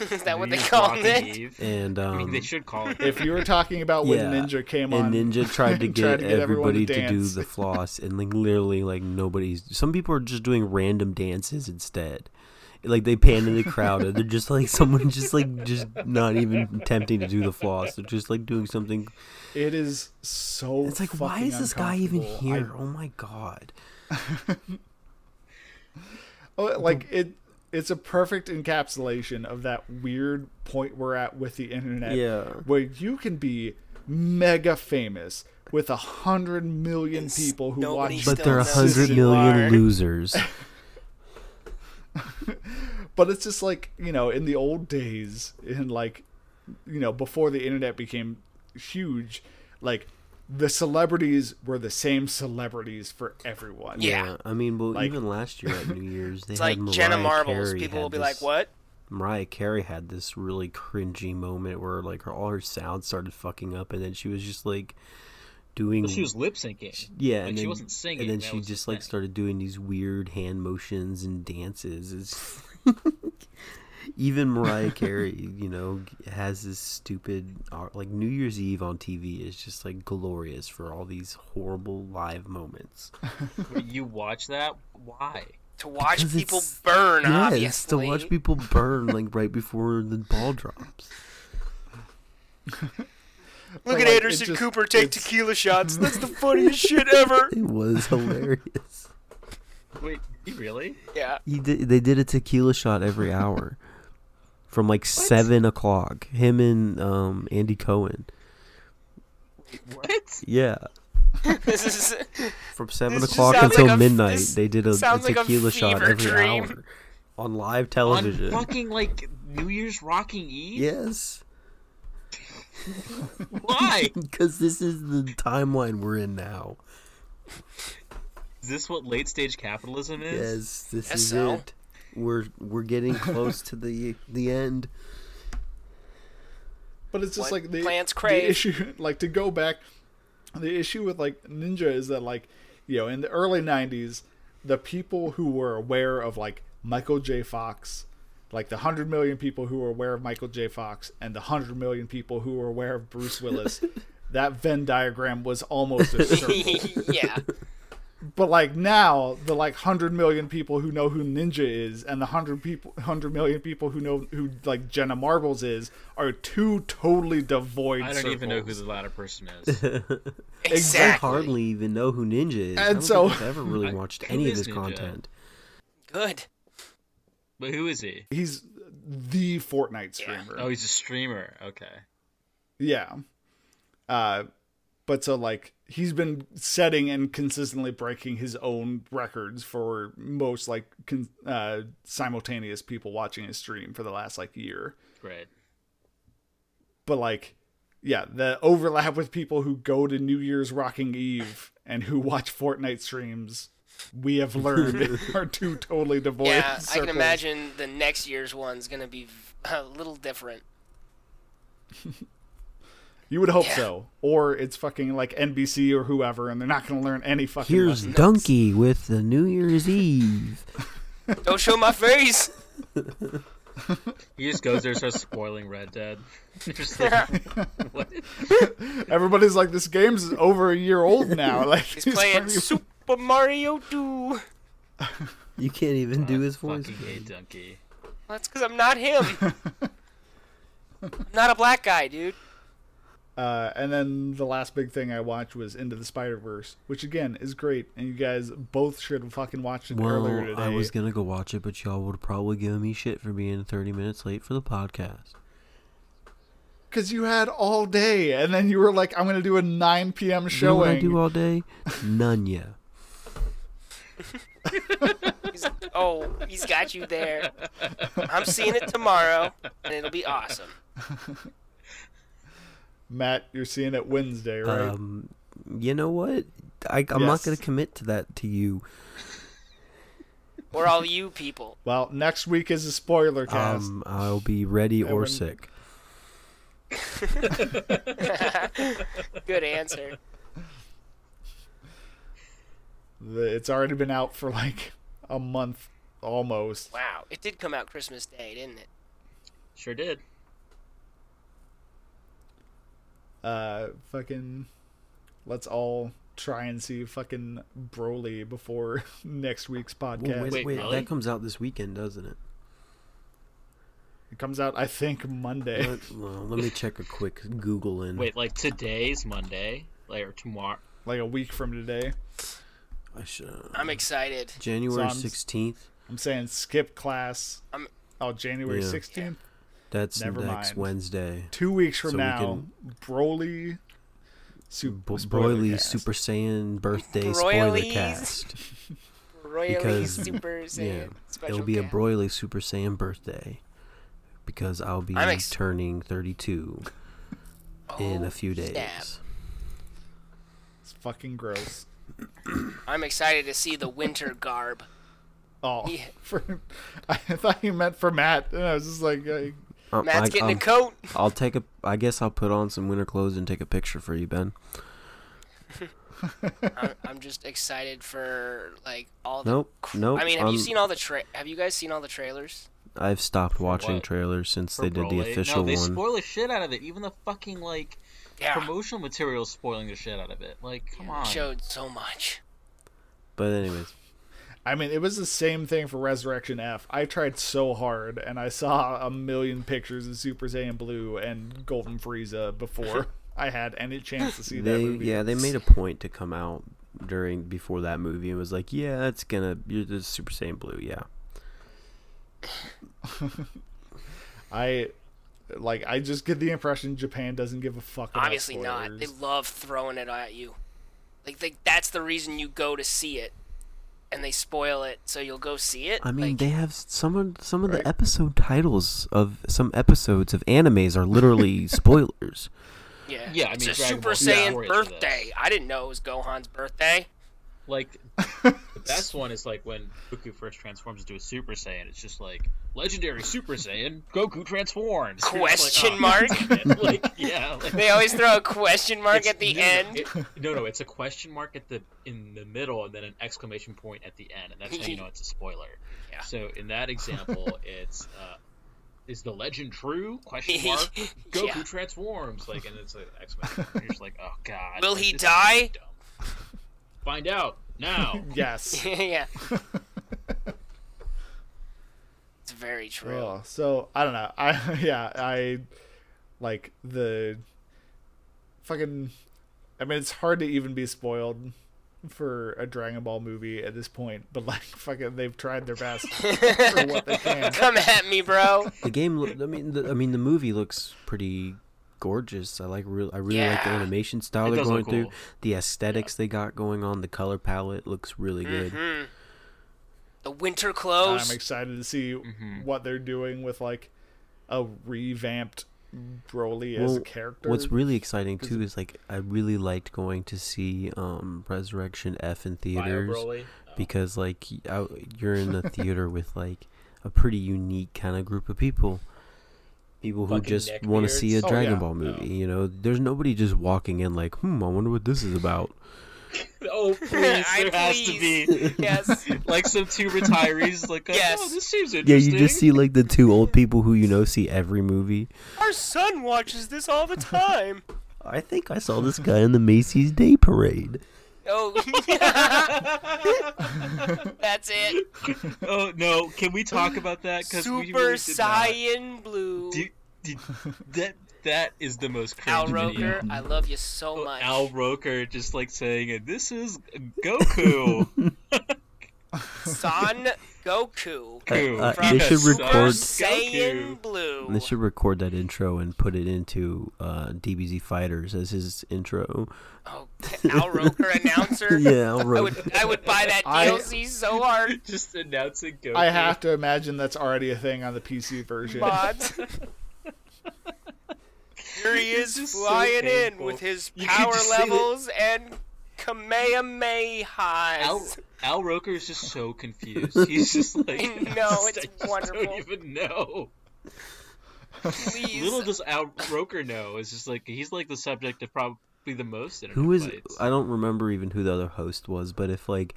Speaker 2: Is that what they
Speaker 3: Leave
Speaker 2: called
Speaker 3: Rocky
Speaker 2: it?
Speaker 3: Eve.
Speaker 4: And um,
Speaker 3: I mean, they should call it.
Speaker 1: If you were talking about when
Speaker 4: Yeah,
Speaker 1: Ninja came on
Speaker 4: and Ninja tried to
Speaker 1: and
Speaker 4: get,
Speaker 1: everyone
Speaker 4: everybody to, do
Speaker 1: dance.
Speaker 4: the floss, and like literally, like nobody's. Some people are just doing random dances instead. Like they pan in the crowd, and they're just like someone just like just not even attempting to do the floss. They're just like doing something.
Speaker 1: It is so.
Speaker 4: It's like, why is this guy even
Speaker 1: uncomfortable. I-
Speaker 4: here? oh my god!
Speaker 1: Oh, like it it's a perfect encapsulation of that weird point we're at with the internet
Speaker 4: Yeah.
Speaker 1: where you can be mega famous with a hundred million
Speaker 2: And s-
Speaker 1: people who
Speaker 2: nobody
Speaker 1: watch
Speaker 2: still
Speaker 4: But there are a
Speaker 2: knows
Speaker 4: hundred
Speaker 2: who you are.
Speaker 4: million losers.
Speaker 1: but it's just like you know in the old days in like you know before the internet became huge like the celebrities were the same celebrities for everyone.
Speaker 2: Yeah.
Speaker 4: I mean, well,
Speaker 1: Like-
Speaker 4: even last year at New Year's, they
Speaker 2: It's
Speaker 4: had
Speaker 2: like
Speaker 4: Mariah
Speaker 2: Jenna Marbles.
Speaker 4: Carey
Speaker 2: People
Speaker 4: had
Speaker 2: will be
Speaker 4: this-
Speaker 2: like, "What?"
Speaker 4: Mariah Carey had this really cringy moment where like her all her sound started fucking up, and then she was just like doing
Speaker 3: Well, she was lip syncing.
Speaker 4: yeah,
Speaker 3: like,
Speaker 4: and
Speaker 3: she
Speaker 4: then-
Speaker 3: wasn't singing,
Speaker 4: and then
Speaker 3: that
Speaker 4: she
Speaker 3: was the
Speaker 4: just like
Speaker 3: thing.
Speaker 4: started doing these weird hand motions and dances. It's even Mariah Carey, you know, has this stupid uh, like New Year's Eve on TV is just like glorious for all these horrible live moments.
Speaker 3: When you watch that, why?
Speaker 2: To watch
Speaker 4: Because
Speaker 2: people
Speaker 4: it's-
Speaker 2: burn,
Speaker 4: Yeah,
Speaker 2: obviously.
Speaker 4: it's to watch people burn like right before the ball drops.
Speaker 2: Look
Speaker 1: But,
Speaker 2: at
Speaker 1: like, it
Speaker 2: Anderson
Speaker 1: just-
Speaker 2: Cooper take
Speaker 1: it's-
Speaker 2: tequila shots. That's the funniest shit ever.
Speaker 4: It was hilarious.
Speaker 3: Wait, you really?
Speaker 2: Yeah.
Speaker 4: He did, they did a tequila shot every hour from like seven o'clock. Him and um, Andy Cohen.
Speaker 3: What?
Speaker 4: Yeah,
Speaker 2: This is
Speaker 4: from seven
Speaker 2: just
Speaker 4: o'clock
Speaker 2: sounds
Speaker 4: until
Speaker 2: like a f-
Speaker 4: midnight,
Speaker 2: this
Speaker 4: they did a, a
Speaker 2: sounds like a
Speaker 4: tequila shot
Speaker 2: fever
Speaker 4: every
Speaker 2: dream.
Speaker 4: hour on live
Speaker 3: On
Speaker 4: television.
Speaker 3: fucking like New Year's Rocking Eve?
Speaker 4: Yes,
Speaker 3: Why?
Speaker 4: because this is the timeline we're in now.
Speaker 3: Is this what late stage capitalism is?
Speaker 4: Yes, this
Speaker 2: Guess
Speaker 4: is
Speaker 2: so.
Speaker 4: it. We're we're getting close to the the end.
Speaker 1: But it's just
Speaker 2: What
Speaker 1: like the,
Speaker 2: plants
Speaker 1: the
Speaker 2: crave.
Speaker 1: issue. Like to go back, the issue with like Ninja is that like you know in the early '90s, the people who were aware of like Michael J. Fox, like the hundred million people who were aware of Michael J. Fox, and the hundred million people who were aware of Bruce Willis, that Venn diagram was almost a circle.
Speaker 2: yeah.
Speaker 1: But like now, the like hundred million people who know who Ninja is, and the hundred people, hundred million people who know who like Jenna Marbles is, are two totally devoid.
Speaker 3: I don't even know who
Speaker 1: circles.
Speaker 3: the latter person is.
Speaker 4: I
Speaker 2: Exactly.
Speaker 4: hardly even know who Ninja is. I
Speaker 1: And
Speaker 4: don't
Speaker 1: so-
Speaker 4: think I've ever really
Speaker 3: I-
Speaker 4: watched
Speaker 3: who
Speaker 4: any of
Speaker 3: is
Speaker 4: his
Speaker 3: Ninja?
Speaker 4: content.
Speaker 2: Good.
Speaker 3: but who is he?
Speaker 1: He's the Fortnite streamer.
Speaker 3: Oh, he's a streamer. Okay.
Speaker 1: Yeah. Uh, but so like he's been setting and consistently breaking his own records for most like con- uh, simultaneous people watching his stream for the last like year.
Speaker 3: Great.
Speaker 1: but like yeah the overlap with people who go to new year's rocking eve and who watch fortnite streams we have learned are two totally devoid
Speaker 2: Yeah, I
Speaker 1: circles.
Speaker 2: can imagine the next year's one's gonna be a little different.
Speaker 1: you would hope
Speaker 2: Yeah.
Speaker 1: so or it's fucking like nbc or whoever and they're not going to learn any fucking
Speaker 4: Here's
Speaker 1: lesson.
Speaker 4: Donkey with the New Year's Eve.
Speaker 2: Don't show my face.
Speaker 3: He just goes there and starts spoiling Red Dead. Just like, what?
Speaker 1: everybody's like this game's over a year old now like
Speaker 2: He's
Speaker 1: these
Speaker 2: playing
Speaker 1: fucking-
Speaker 2: Super Mario 2.
Speaker 4: You can't even do his voice.
Speaker 3: Fucking gay donkey.
Speaker 2: Well, that's because I'm not him. I'm not a black guy, dude.
Speaker 1: Uh, and then the last big thing I watched was Into the Spider Verse, which again is great, and you guys both should have fucking watched it earlier
Speaker 4: Well,
Speaker 1: today.
Speaker 4: I was gonna go watch it, but y'all would probably give me shit for being 30 minutes late for the podcast.
Speaker 1: Because you had all day, and then you were like, "I'm gonna do a 9 p.m.
Speaker 4: You know what I
Speaker 1: showing."
Speaker 4: do all day? None ya.
Speaker 2: He's, oh, he's got you there. I'm seeing it tomorrow, and it'll be awesome.
Speaker 1: Matt, you're seeing it Wednesday, right?
Speaker 4: Um, you know what? I, I'm not
Speaker 1: Yes.
Speaker 4: gonna commit to that to you.
Speaker 2: Or all you people.
Speaker 1: well, next week is a spoiler cast.
Speaker 4: Um, I'll be ready or
Speaker 1: when-
Speaker 4: sick.
Speaker 2: Good answer.
Speaker 1: The- it's already been out for like a month almost.
Speaker 2: Wow, it did come out Christmas Day, didn't it?
Speaker 3: Sure did.
Speaker 1: Uh, fucking, let's all try and see fucking Broly before next week's podcast.
Speaker 4: Well, wait,
Speaker 3: Wait,
Speaker 4: wait,
Speaker 3: really?
Speaker 4: that comes out this weekend, doesn't it?
Speaker 1: It comes out, I think, Monday.
Speaker 4: Let, well, let me check a quick Google in.
Speaker 3: Wait, like today's Monday, like or tomorrow?
Speaker 1: like a week from today.
Speaker 4: I should,
Speaker 2: I'm excited.
Speaker 4: January
Speaker 1: So I'm-
Speaker 4: 16th.
Speaker 1: I'm saying skip class.
Speaker 2: I'm-
Speaker 1: oh, January
Speaker 4: Yeah.
Speaker 1: 16th.
Speaker 4: That's
Speaker 1: Never
Speaker 4: next
Speaker 1: mind.
Speaker 4: Wednesday.
Speaker 1: Two weeks from
Speaker 4: So we
Speaker 1: now, Broly. Super
Speaker 4: Bo- Broly Super Saiyan birthday spoiler
Speaker 2: Broly's
Speaker 4: cast.
Speaker 2: Royally
Speaker 4: Because-
Speaker 2: Super Saiyan
Speaker 4: yeah,
Speaker 2: special
Speaker 4: It'll be a
Speaker 2: guest.
Speaker 4: Broly Super Saiyan birthday because I'll be
Speaker 2: I'm ex-
Speaker 4: turning 32 in
Speaker 2: Oh,
Speaker 4: a few days.
Speaker 2: snap.
Speaker 1: fucking gross.
Speaker 2: I'm excited to see the winter garb.
Speaker 1: Oh,
Speaker 2: Yeah.
Speaker 1: for, I thought you meant for Matt, and I was just like, I,
Speaker 4: Um,
Speaker 2: Matt's
Speaker 4: I,
Speaker 2: getting
Speaker 4: um,
Speaker 2: a coat.
Speaker 4: I'll take a. I guess I'll put on some winter clothes and take a picture for you, Ben.
Speaker 2: I'm, I'm just excited for like all the.
Speaker 4: Nope, nope.
Speaker 2: I mean, have
Speaker 4: um,
Speaker 2: you seen all the tra- Have you guys seen all the trailers?
Speaker 4: I've stopped watching
Speaker 3: what?
Speaker 4: trailers since they did
Speaker 3: Roll
Speaker 4: the
Speaker 3: Eight.
Speaker 4: official
Speaker 3: no, they
Speaker 4: one.
Speaker 3: spoil the shit out of it. Even the fucking like
Speaker 2: Yeah,
Speaker 3: promotional materials spoiling the shit out of it. Like, come on.
Speaker 2: showed so much.
Speaker 4: but anyways,
Speaker 1: I mean, it was the same thing for Resurrection F. I tried so hard, and I saw a million pictures of Super Saiyan Blue and Golden Frieza before I had any chance to see that
Speaker 4: they
Speaker 1: movie.
Speaker 4: yeah they made a point to come out during before that movie and was like, yeah, that's gonna you're the Super Saiyan Blue, yeah.
Speaker 1: I like. I just get the impression Japan doesn't give a fuck. About
Speaker 2: Obviously not. They
Speaker 1: spoilers.
Speaker 2: love throwing it at you. Like, they, that's the reason you go to see it, and they spoil it, so you'll go see it.
Speaker 4: I mean,
Speaker 2: like,
Speaker 4: they have s- some of some of
Speaker 1: Right.
Speaker 4: the episode titles of some episodes of animes are literally spoilers.
Speaker 2: yeah,
Speaker 3: Yeah, I
Speaker 2: it's
Speaker 3: mean,
Speaker 2: a
Speaker 3: Dragon
Speaker 2: Super
Speaker 3: Ball Z
Speaker 2: Saiyan
Speaker 3: story for this.
Speaker 2: birthday. I didn't know it was Gohan's birthday.
Speaker 3: Like the best one is like when Goku first transforms into a Super Saiyan. It's just like legendary Super Saiyan Goku transforms. It's like,
Speaker 2: Question
Speaker 3: oh,
Speaker 2: mark?
Speaker 3: shit. like yeah. Like,
Speaker 2: They always throw a question mark
Speaker 3: it's-
Speaker 2: at the
Speaker 3: no, no,
Speaker 2: end.
Speaker 3: it- no, no, it's a question mark at the in the middle, and then an exclamation point at the end, and that's how you know it's a spoiler.
Speaker 2: Yeah.
Speaker 3: So in that example, it's uh, is the legend true? Question mark. Goku
Speaker 2: Yeah.
Speaker 3: transforms, like, and it's an exclamation. point. You're just like, oh god.
Speaker 2: Will
Speaker 3: like,
Speaker 2: he
Speaker 3: this is
Speaker 2: die?
Speaker 3: dumb. Find out now.
Speaker 1: Yes.
Speaker 2: yeah. it's very true.
Speaker 1: Oh, so I don't know. I yeah, I like the fucking. I mean, it's hard to even be spoiled for a Dragon Ball movie at this point, but like, fucking, they've tried their best for what they can.
Speaker 2: Come at me, bro.
Speaker 4: The game, loo- I mean, the, I mean, the movie looks pretty gorgeous. I like, real, I really like the
Speaker 2: Yeah.
Speaker 4: animation style
Speaker 3: It
Speaker 4: they're
Speaker 3: does
Speaker 4: going
Speaker 3: look
Speaker 4: through.
Speaker 3: cool.
Speaker 4: The aesthetics they got going on, the color palette looks really good.
Speaker 3: Mm-hmm.
Speaker 2: The winter
Speaker 1: I'm
Speaker 2: clothes.
Speaker 1: excited to see what they're doing with like a revamped Broly as a
Speaker 4: Well,
Speaker 1: character.
Speaker 4: What's really exciting too is like I really liked going to see um, Resurrection F in
Speaker 3: Fire
Speaker 4: theaters
Speaker 3: Broly.
Speaker 4: because like y- I- you're in the theater with like a pretty unique kind of group of people. People who
Speaker 3: Fucking
Speaker 4: just
Speaker 3: neckbeards.
Speaker 4: want to see a
Speaker 1: Oh,
Speaker 4: Dragon
Speaker 1: yeah.
Speaker 4: Ball movie, you know. There's nobody just walking in like, "Hmm, I wonder what this is about."
Speaker 3: Oh please, there
Speaker 2: I
Speaker 3: has to be.
Speaker 2: yes.
Speaker 3: Like some two retirees, like oh,
Speaker 2: Yes.
Speaker 3: this seems
Speaker 4: Yeah,
Speaker 3: interesting.
Speaker 4: you just see like the two old people who you know see every movie.
Speaker 2: Our son watches this all the time.
Speaker 4: I think I saw this guy in the Macy's Day Parade.
Speaker 2: Oh, that's it.
Speaker 3: Oh no, can we talk about that? 'Cause we
Speaker 2: Super
Speaker 3: really did not.
Speaker 2: Saiyan Blue.
Speaker 3: Do, do- that that is the most cringe
Speaker 2: Al
Speaker 3: video.
Speaker 2: Roker, I love you so much.
Speaker 3: Oh, Al Roker just like saying, uh, "This is Goku."
Speaker 4: Uh,
Speaker 2: Son Goku.
Speaker 3: Goku.
Speaker 4: Uh,
Speaker 2: From
Speaker 4: they should
Speaker 2: Super
Speaker 4: record-
Speaker 2: Saiyan Blue.
Speaker 4: They should record that intro and put it into uh, DBZ Fighters as his intro.
Speaker 2: Oh, Al Roker announcer.
Speaker 4: yeah, I'll
Speaker 2: I
Speaker 4: wrote.
Speaker 2: would, I would buy that
Speaker 1: I-
Speaker 2: DLC so hard.
Speaker 3: just announcing Goku.
Speaker 1: I have to imagine that's already a thing on the PC version.
Speaker 2: Mods. Here he
Speaker 3: It's
Speaker 2: is
Speaker 3: just so
Speaker 2: flying in
Speaker 3: painful.
Speaker 2: with his
Speaker 3: You can
Speaker 2: power
Speaker 3: just see that-
Speaker 2: levels and Kamehameha.
Speaker 3: Al, Al Roker is just so confused. He's just like,
Speaker 2: I know,
Speaker 3: "I just-
Speaker 2: it's
Speaker 3: I just
Speaker 2: wonderful."
Speaker 3: Don't even know.
Speaker 2: Please.
Speaker 3: Little does Al Roker know. It's just like he's like the subject of probably the most. internet
Speaker 4: Who is?
Speaker 3: fights.
Speaker 4: I don't remember even who the other host was, but if like,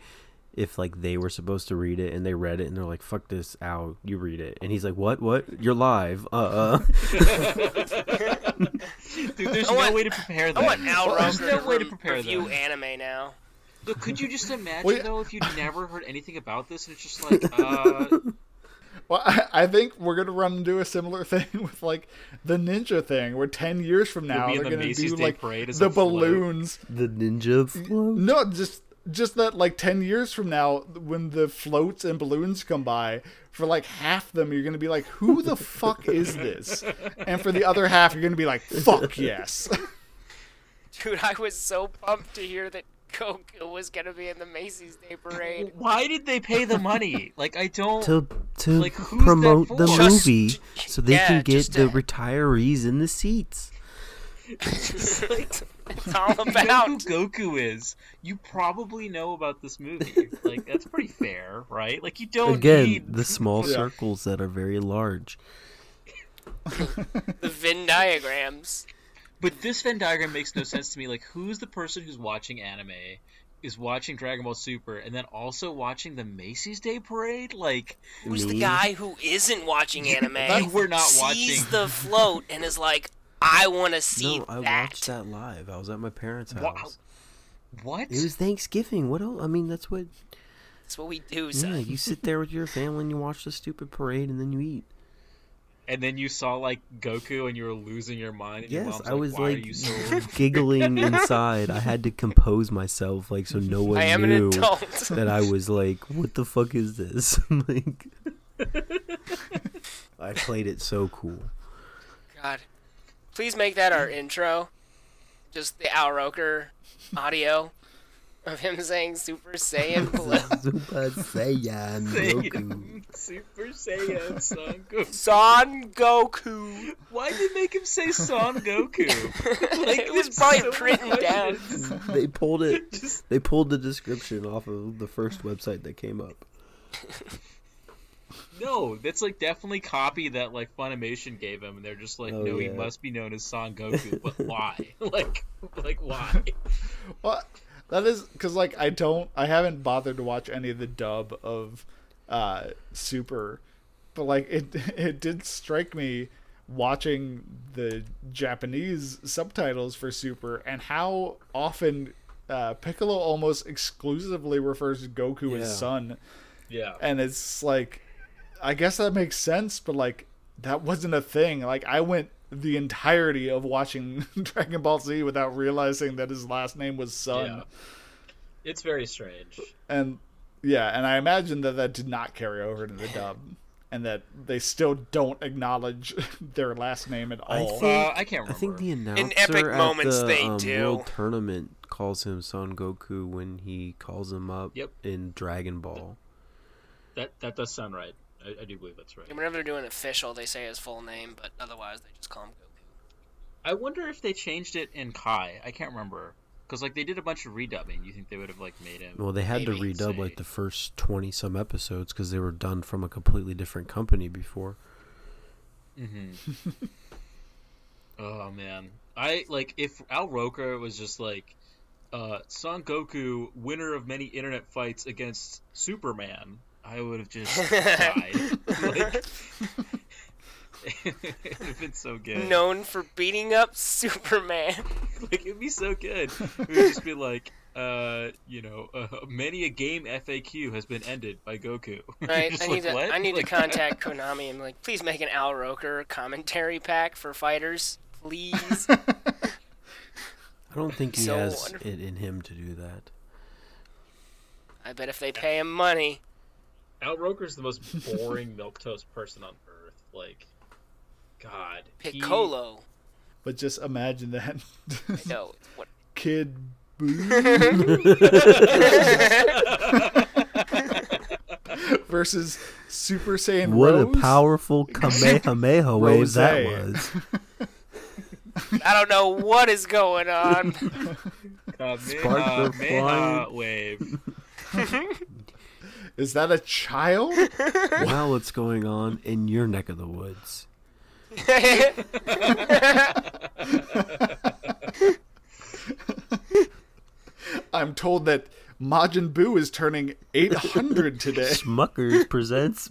Speaker 4: if like they were supposed to read it and they read it and they're like, "Fuck this, Al, you read it," and he's like, "What? What? You're live." Uh, uh
Speaker 3: Dude, there's
Speaker 2: I
Speaker 3: no
Speaker 2: want-
Speaker 3: way to prepare that.
Speaker 2: I want Al
Speaker 3: There's
Speaker 2: Roker
Speaker 3: no way
Speaker 2: to
Speaker 3: to
Speaker 2: re-
Speaker 3: prepare
Speaker 2: review
Speaker 3: that.
Speaker 2: anime now.
Speaker 3: But could you just imagine
Speaker 1: Well, yeah.
Speaker 3: though if you'd never heard anything about this and it's just like, uh,
Speaker 1: Well, I, I think we're gonna run into a similar thing with like the ninja thing, where ten years from now
Speaker 3: be in
Speaker 1: they're
Speaker 3: the
Speaker 1: gonna
Speaker 3: Macy's
Speaker 1: do
Speaker 3: Day
Speaker 1: like
Speaker 3: Parade as
Speaker 1: the
Speaker 3: a float.
Speaker 1: balloons.
Speaker 4: the ninja float.
Speaker 1: No, just just that like ten years from now, when the floats and balloons come by, for like half them you're gonna be like, "Who the fuck is this?" And for the other half, you're gonna be like, "Fuck yes."
Speaker 2: Dude, I was so pumped to hear that Goku was going to be in the Macy's Day Parade.
Speaker 3: why did they pay the money? Like I don't.
Speaker 4: To to
Speaker 3: Like, who's that
Speaker 4: promote the
Speaker 3: for?
Speaker 2: Just-
Speaker 4: movie, so they
Speaker 2: yeah,
Speaker 4: can get
Speaker 2: just to-
Speaker 4: the retirees in the seats.
Speaker 3: Like,
Speaker 2: it's all
Speaker 3: You know who
Speaker 2: about.
Speaker 3: Goku is. You probably know about this movie. Like that's pretty fair, right? Like you don't
Speaker 4: Again,
Speaker 3: need
Speaker 4: the small
Speaker 1: Yeah.
Speaker 4: circles that are very large.
Speaker 2: the Venn diagrams.
Speaker 3: But this Venn diagram makes no sense to me. Like, who's the person who's watching anime, is watching Dragon Ball Super, and then also watching the Macy's Day Parade? Like,
Speaker 2: Who's the
Speaker 4: Me?
Speaker 2: guy who isn't watching anime?
Speaker 3: You were not
Speaker 2: sees
Speaker 3: watching.
Speaker 2: the float and is like, I want to see
Speaker 4: No, I
Speaker 2: that.
Speaker 4: watched that live. I was at my parents' house.
Speaker 3: Wow. what?
Speaker 4: It was Thanksgiving. What else? I mean, that's what.
Speaker 2: That's what we do.
Speaker 4: Yeah,
Speaker 2: Son.
Speaker 4: you sit there with your family and you watch the stupid parade and then you eat.
Speaker 3: And then you saw like Goku, and you were losing your mind. And your
Speaker 4: Yes,
Speaker 3: mom's
Speaker 4: I was
Speaker 3: Why are
Speaker 4: like
Speaker 3: you so?
Speaker 4: giggling inside. I had to compose myself, like, so no one
Speaker 2: I am an
Speaker 4: knew
Speaker 2: adult.
Speaker 4: that I was like, "What the fuck is this?" like, I played it so cool.
Speaker 2: God, please make that our intro. Just the Al Roker audio of him saying Super Saiyan Blue.
Speaker 4: Super Saiyan Goku.
Speaker 3: Super Saiyan Son Goku.
Speaker 2: Son Goku.
Speaker 3: Why did they make him say Son Goku?
Speaker 2: it was
Speaker 3: it's
Speaker 2: probably
Speaker 3: so
Speaker 2: written down.
Speaker 4: They pulled it.
Speaker 3: Just
Speaker 4: They pulled the description off of the first website that came up.
Speaker 3: No, that's like definitely copy that like Funimation gave him, and they're just like,
Speaker 4: Oh,
Speaker 3: no,
Speaker 4: yeah.
Speaker 3: he must be known as Son Goku, but why? like, like why?
Speaker 1: Well, that is because like I don't, I haven't bothered to watch any of the dub of uh, Super, but like it, it did strike me watching the Japanese subtitles for Super and how often uh, Piccolo almost exclusively refers to Goku
Speaker 4: Yeah.
Speaker 1: as son,
Speaker 3: Yeah,
Speaker 1: and it's like, I guess that makes sense, but like that wasn't a thing. Like I went the entirety of watching Dragon Ball Z without realizing that his last name was Son
Speaker 3: yeah. It's very strange.
Speaker 1: and yeah, and I imagine that that did not carry over to the dub, and that they still don't acknowledge their last name at all.
Speaker 4: think-
Speaker 3: Uh, I can't remember.
Speaker 4: I think the announcer
Speaker 2: epic
Speaker 4: at
Speaker 2: moments,
Speaker 4: the
Speaker 2: they
Speaker 4: um,
Speaker 2: do.
Speaker 4: World Tournament calls him Son Goku when he calls him up
Speaker 3: Yep.
Speaker 4: in Dragon Ball.
Speaker 3: that that does sound right. I, I do believe that's right.
Speaker 2: And whenever they're doing official, they say his full name, but otherwise they just call him Goku.
Speaker 3: I wonder if they changed it in Kai. I can't remember because like they did a bunch of redubbing. You think they would have like made him?
Speaker 4: Well, they had to
Speaker 3: Maybe,
Speaker 4: redub
Speaker 3: say-
Speaker 4: like the first twenty some episodes because they were done from a completely different company before.
Speaker 3: Oh man, I like if Al Roker was just like uh, Son Goku, winner of many internet fights against Superman, I would have just died. like, it would have been so good.
Speaker 2: Known for beating up Superman.
Speaker 3: like it'd be so good. It would just be like. Uh, you know, uh, many a game FAQ has been ended by Goku.
Speaker 2: Right?
Speaker 3: Just
Speaker 2: I
Speaker 3: like,
Speaker 2: need to
Speaker 3: what?
Speaker 2: I need
Speaker 3: Like,
Speaker 2: to contact Konami and like, please make an Al Roker commentary pack for fighters, please.
Speaker 4: I don't think he
Speaker 2: So
Speaker 4: has
Speaker 2: wonderful.
Speaker 4: it in him to do that.
Speaker 2: I bet if they pay him money,
Speaker 3: Al Roker's the most boring milk toast person on earth. Like, God, he-
Speaker 2: Piccolo.
Speaker 1: but just imagine that
Speaker 2: No, it's what
Speaker 1: kid Boo versus Super Saiyan
Speaker 4: What
Speaker 1: Rose.
Speaker 4: a powerful Kamehameha wave that
Speaker 1: Rosé.
Speaker 4: was.
Speaker 2: I don't know what is going on.
Speaker 3: Kamehameha uh,
Speaker 4: flying.
Speaker 3: wave.
Speaker 1: Is that a child?
Speaker 4: Now what's going on in your neck of the woods?
Speaker 1: I'm told that Majin Buu is turning 800 today.
Speaker 4: Smuckers presents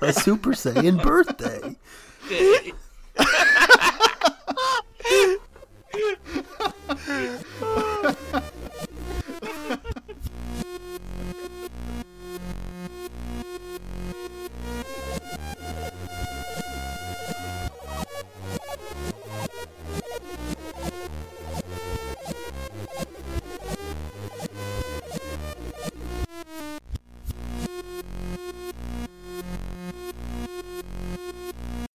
Speaker 4: a Super Saiyan birthday.
Speaker 3: Day.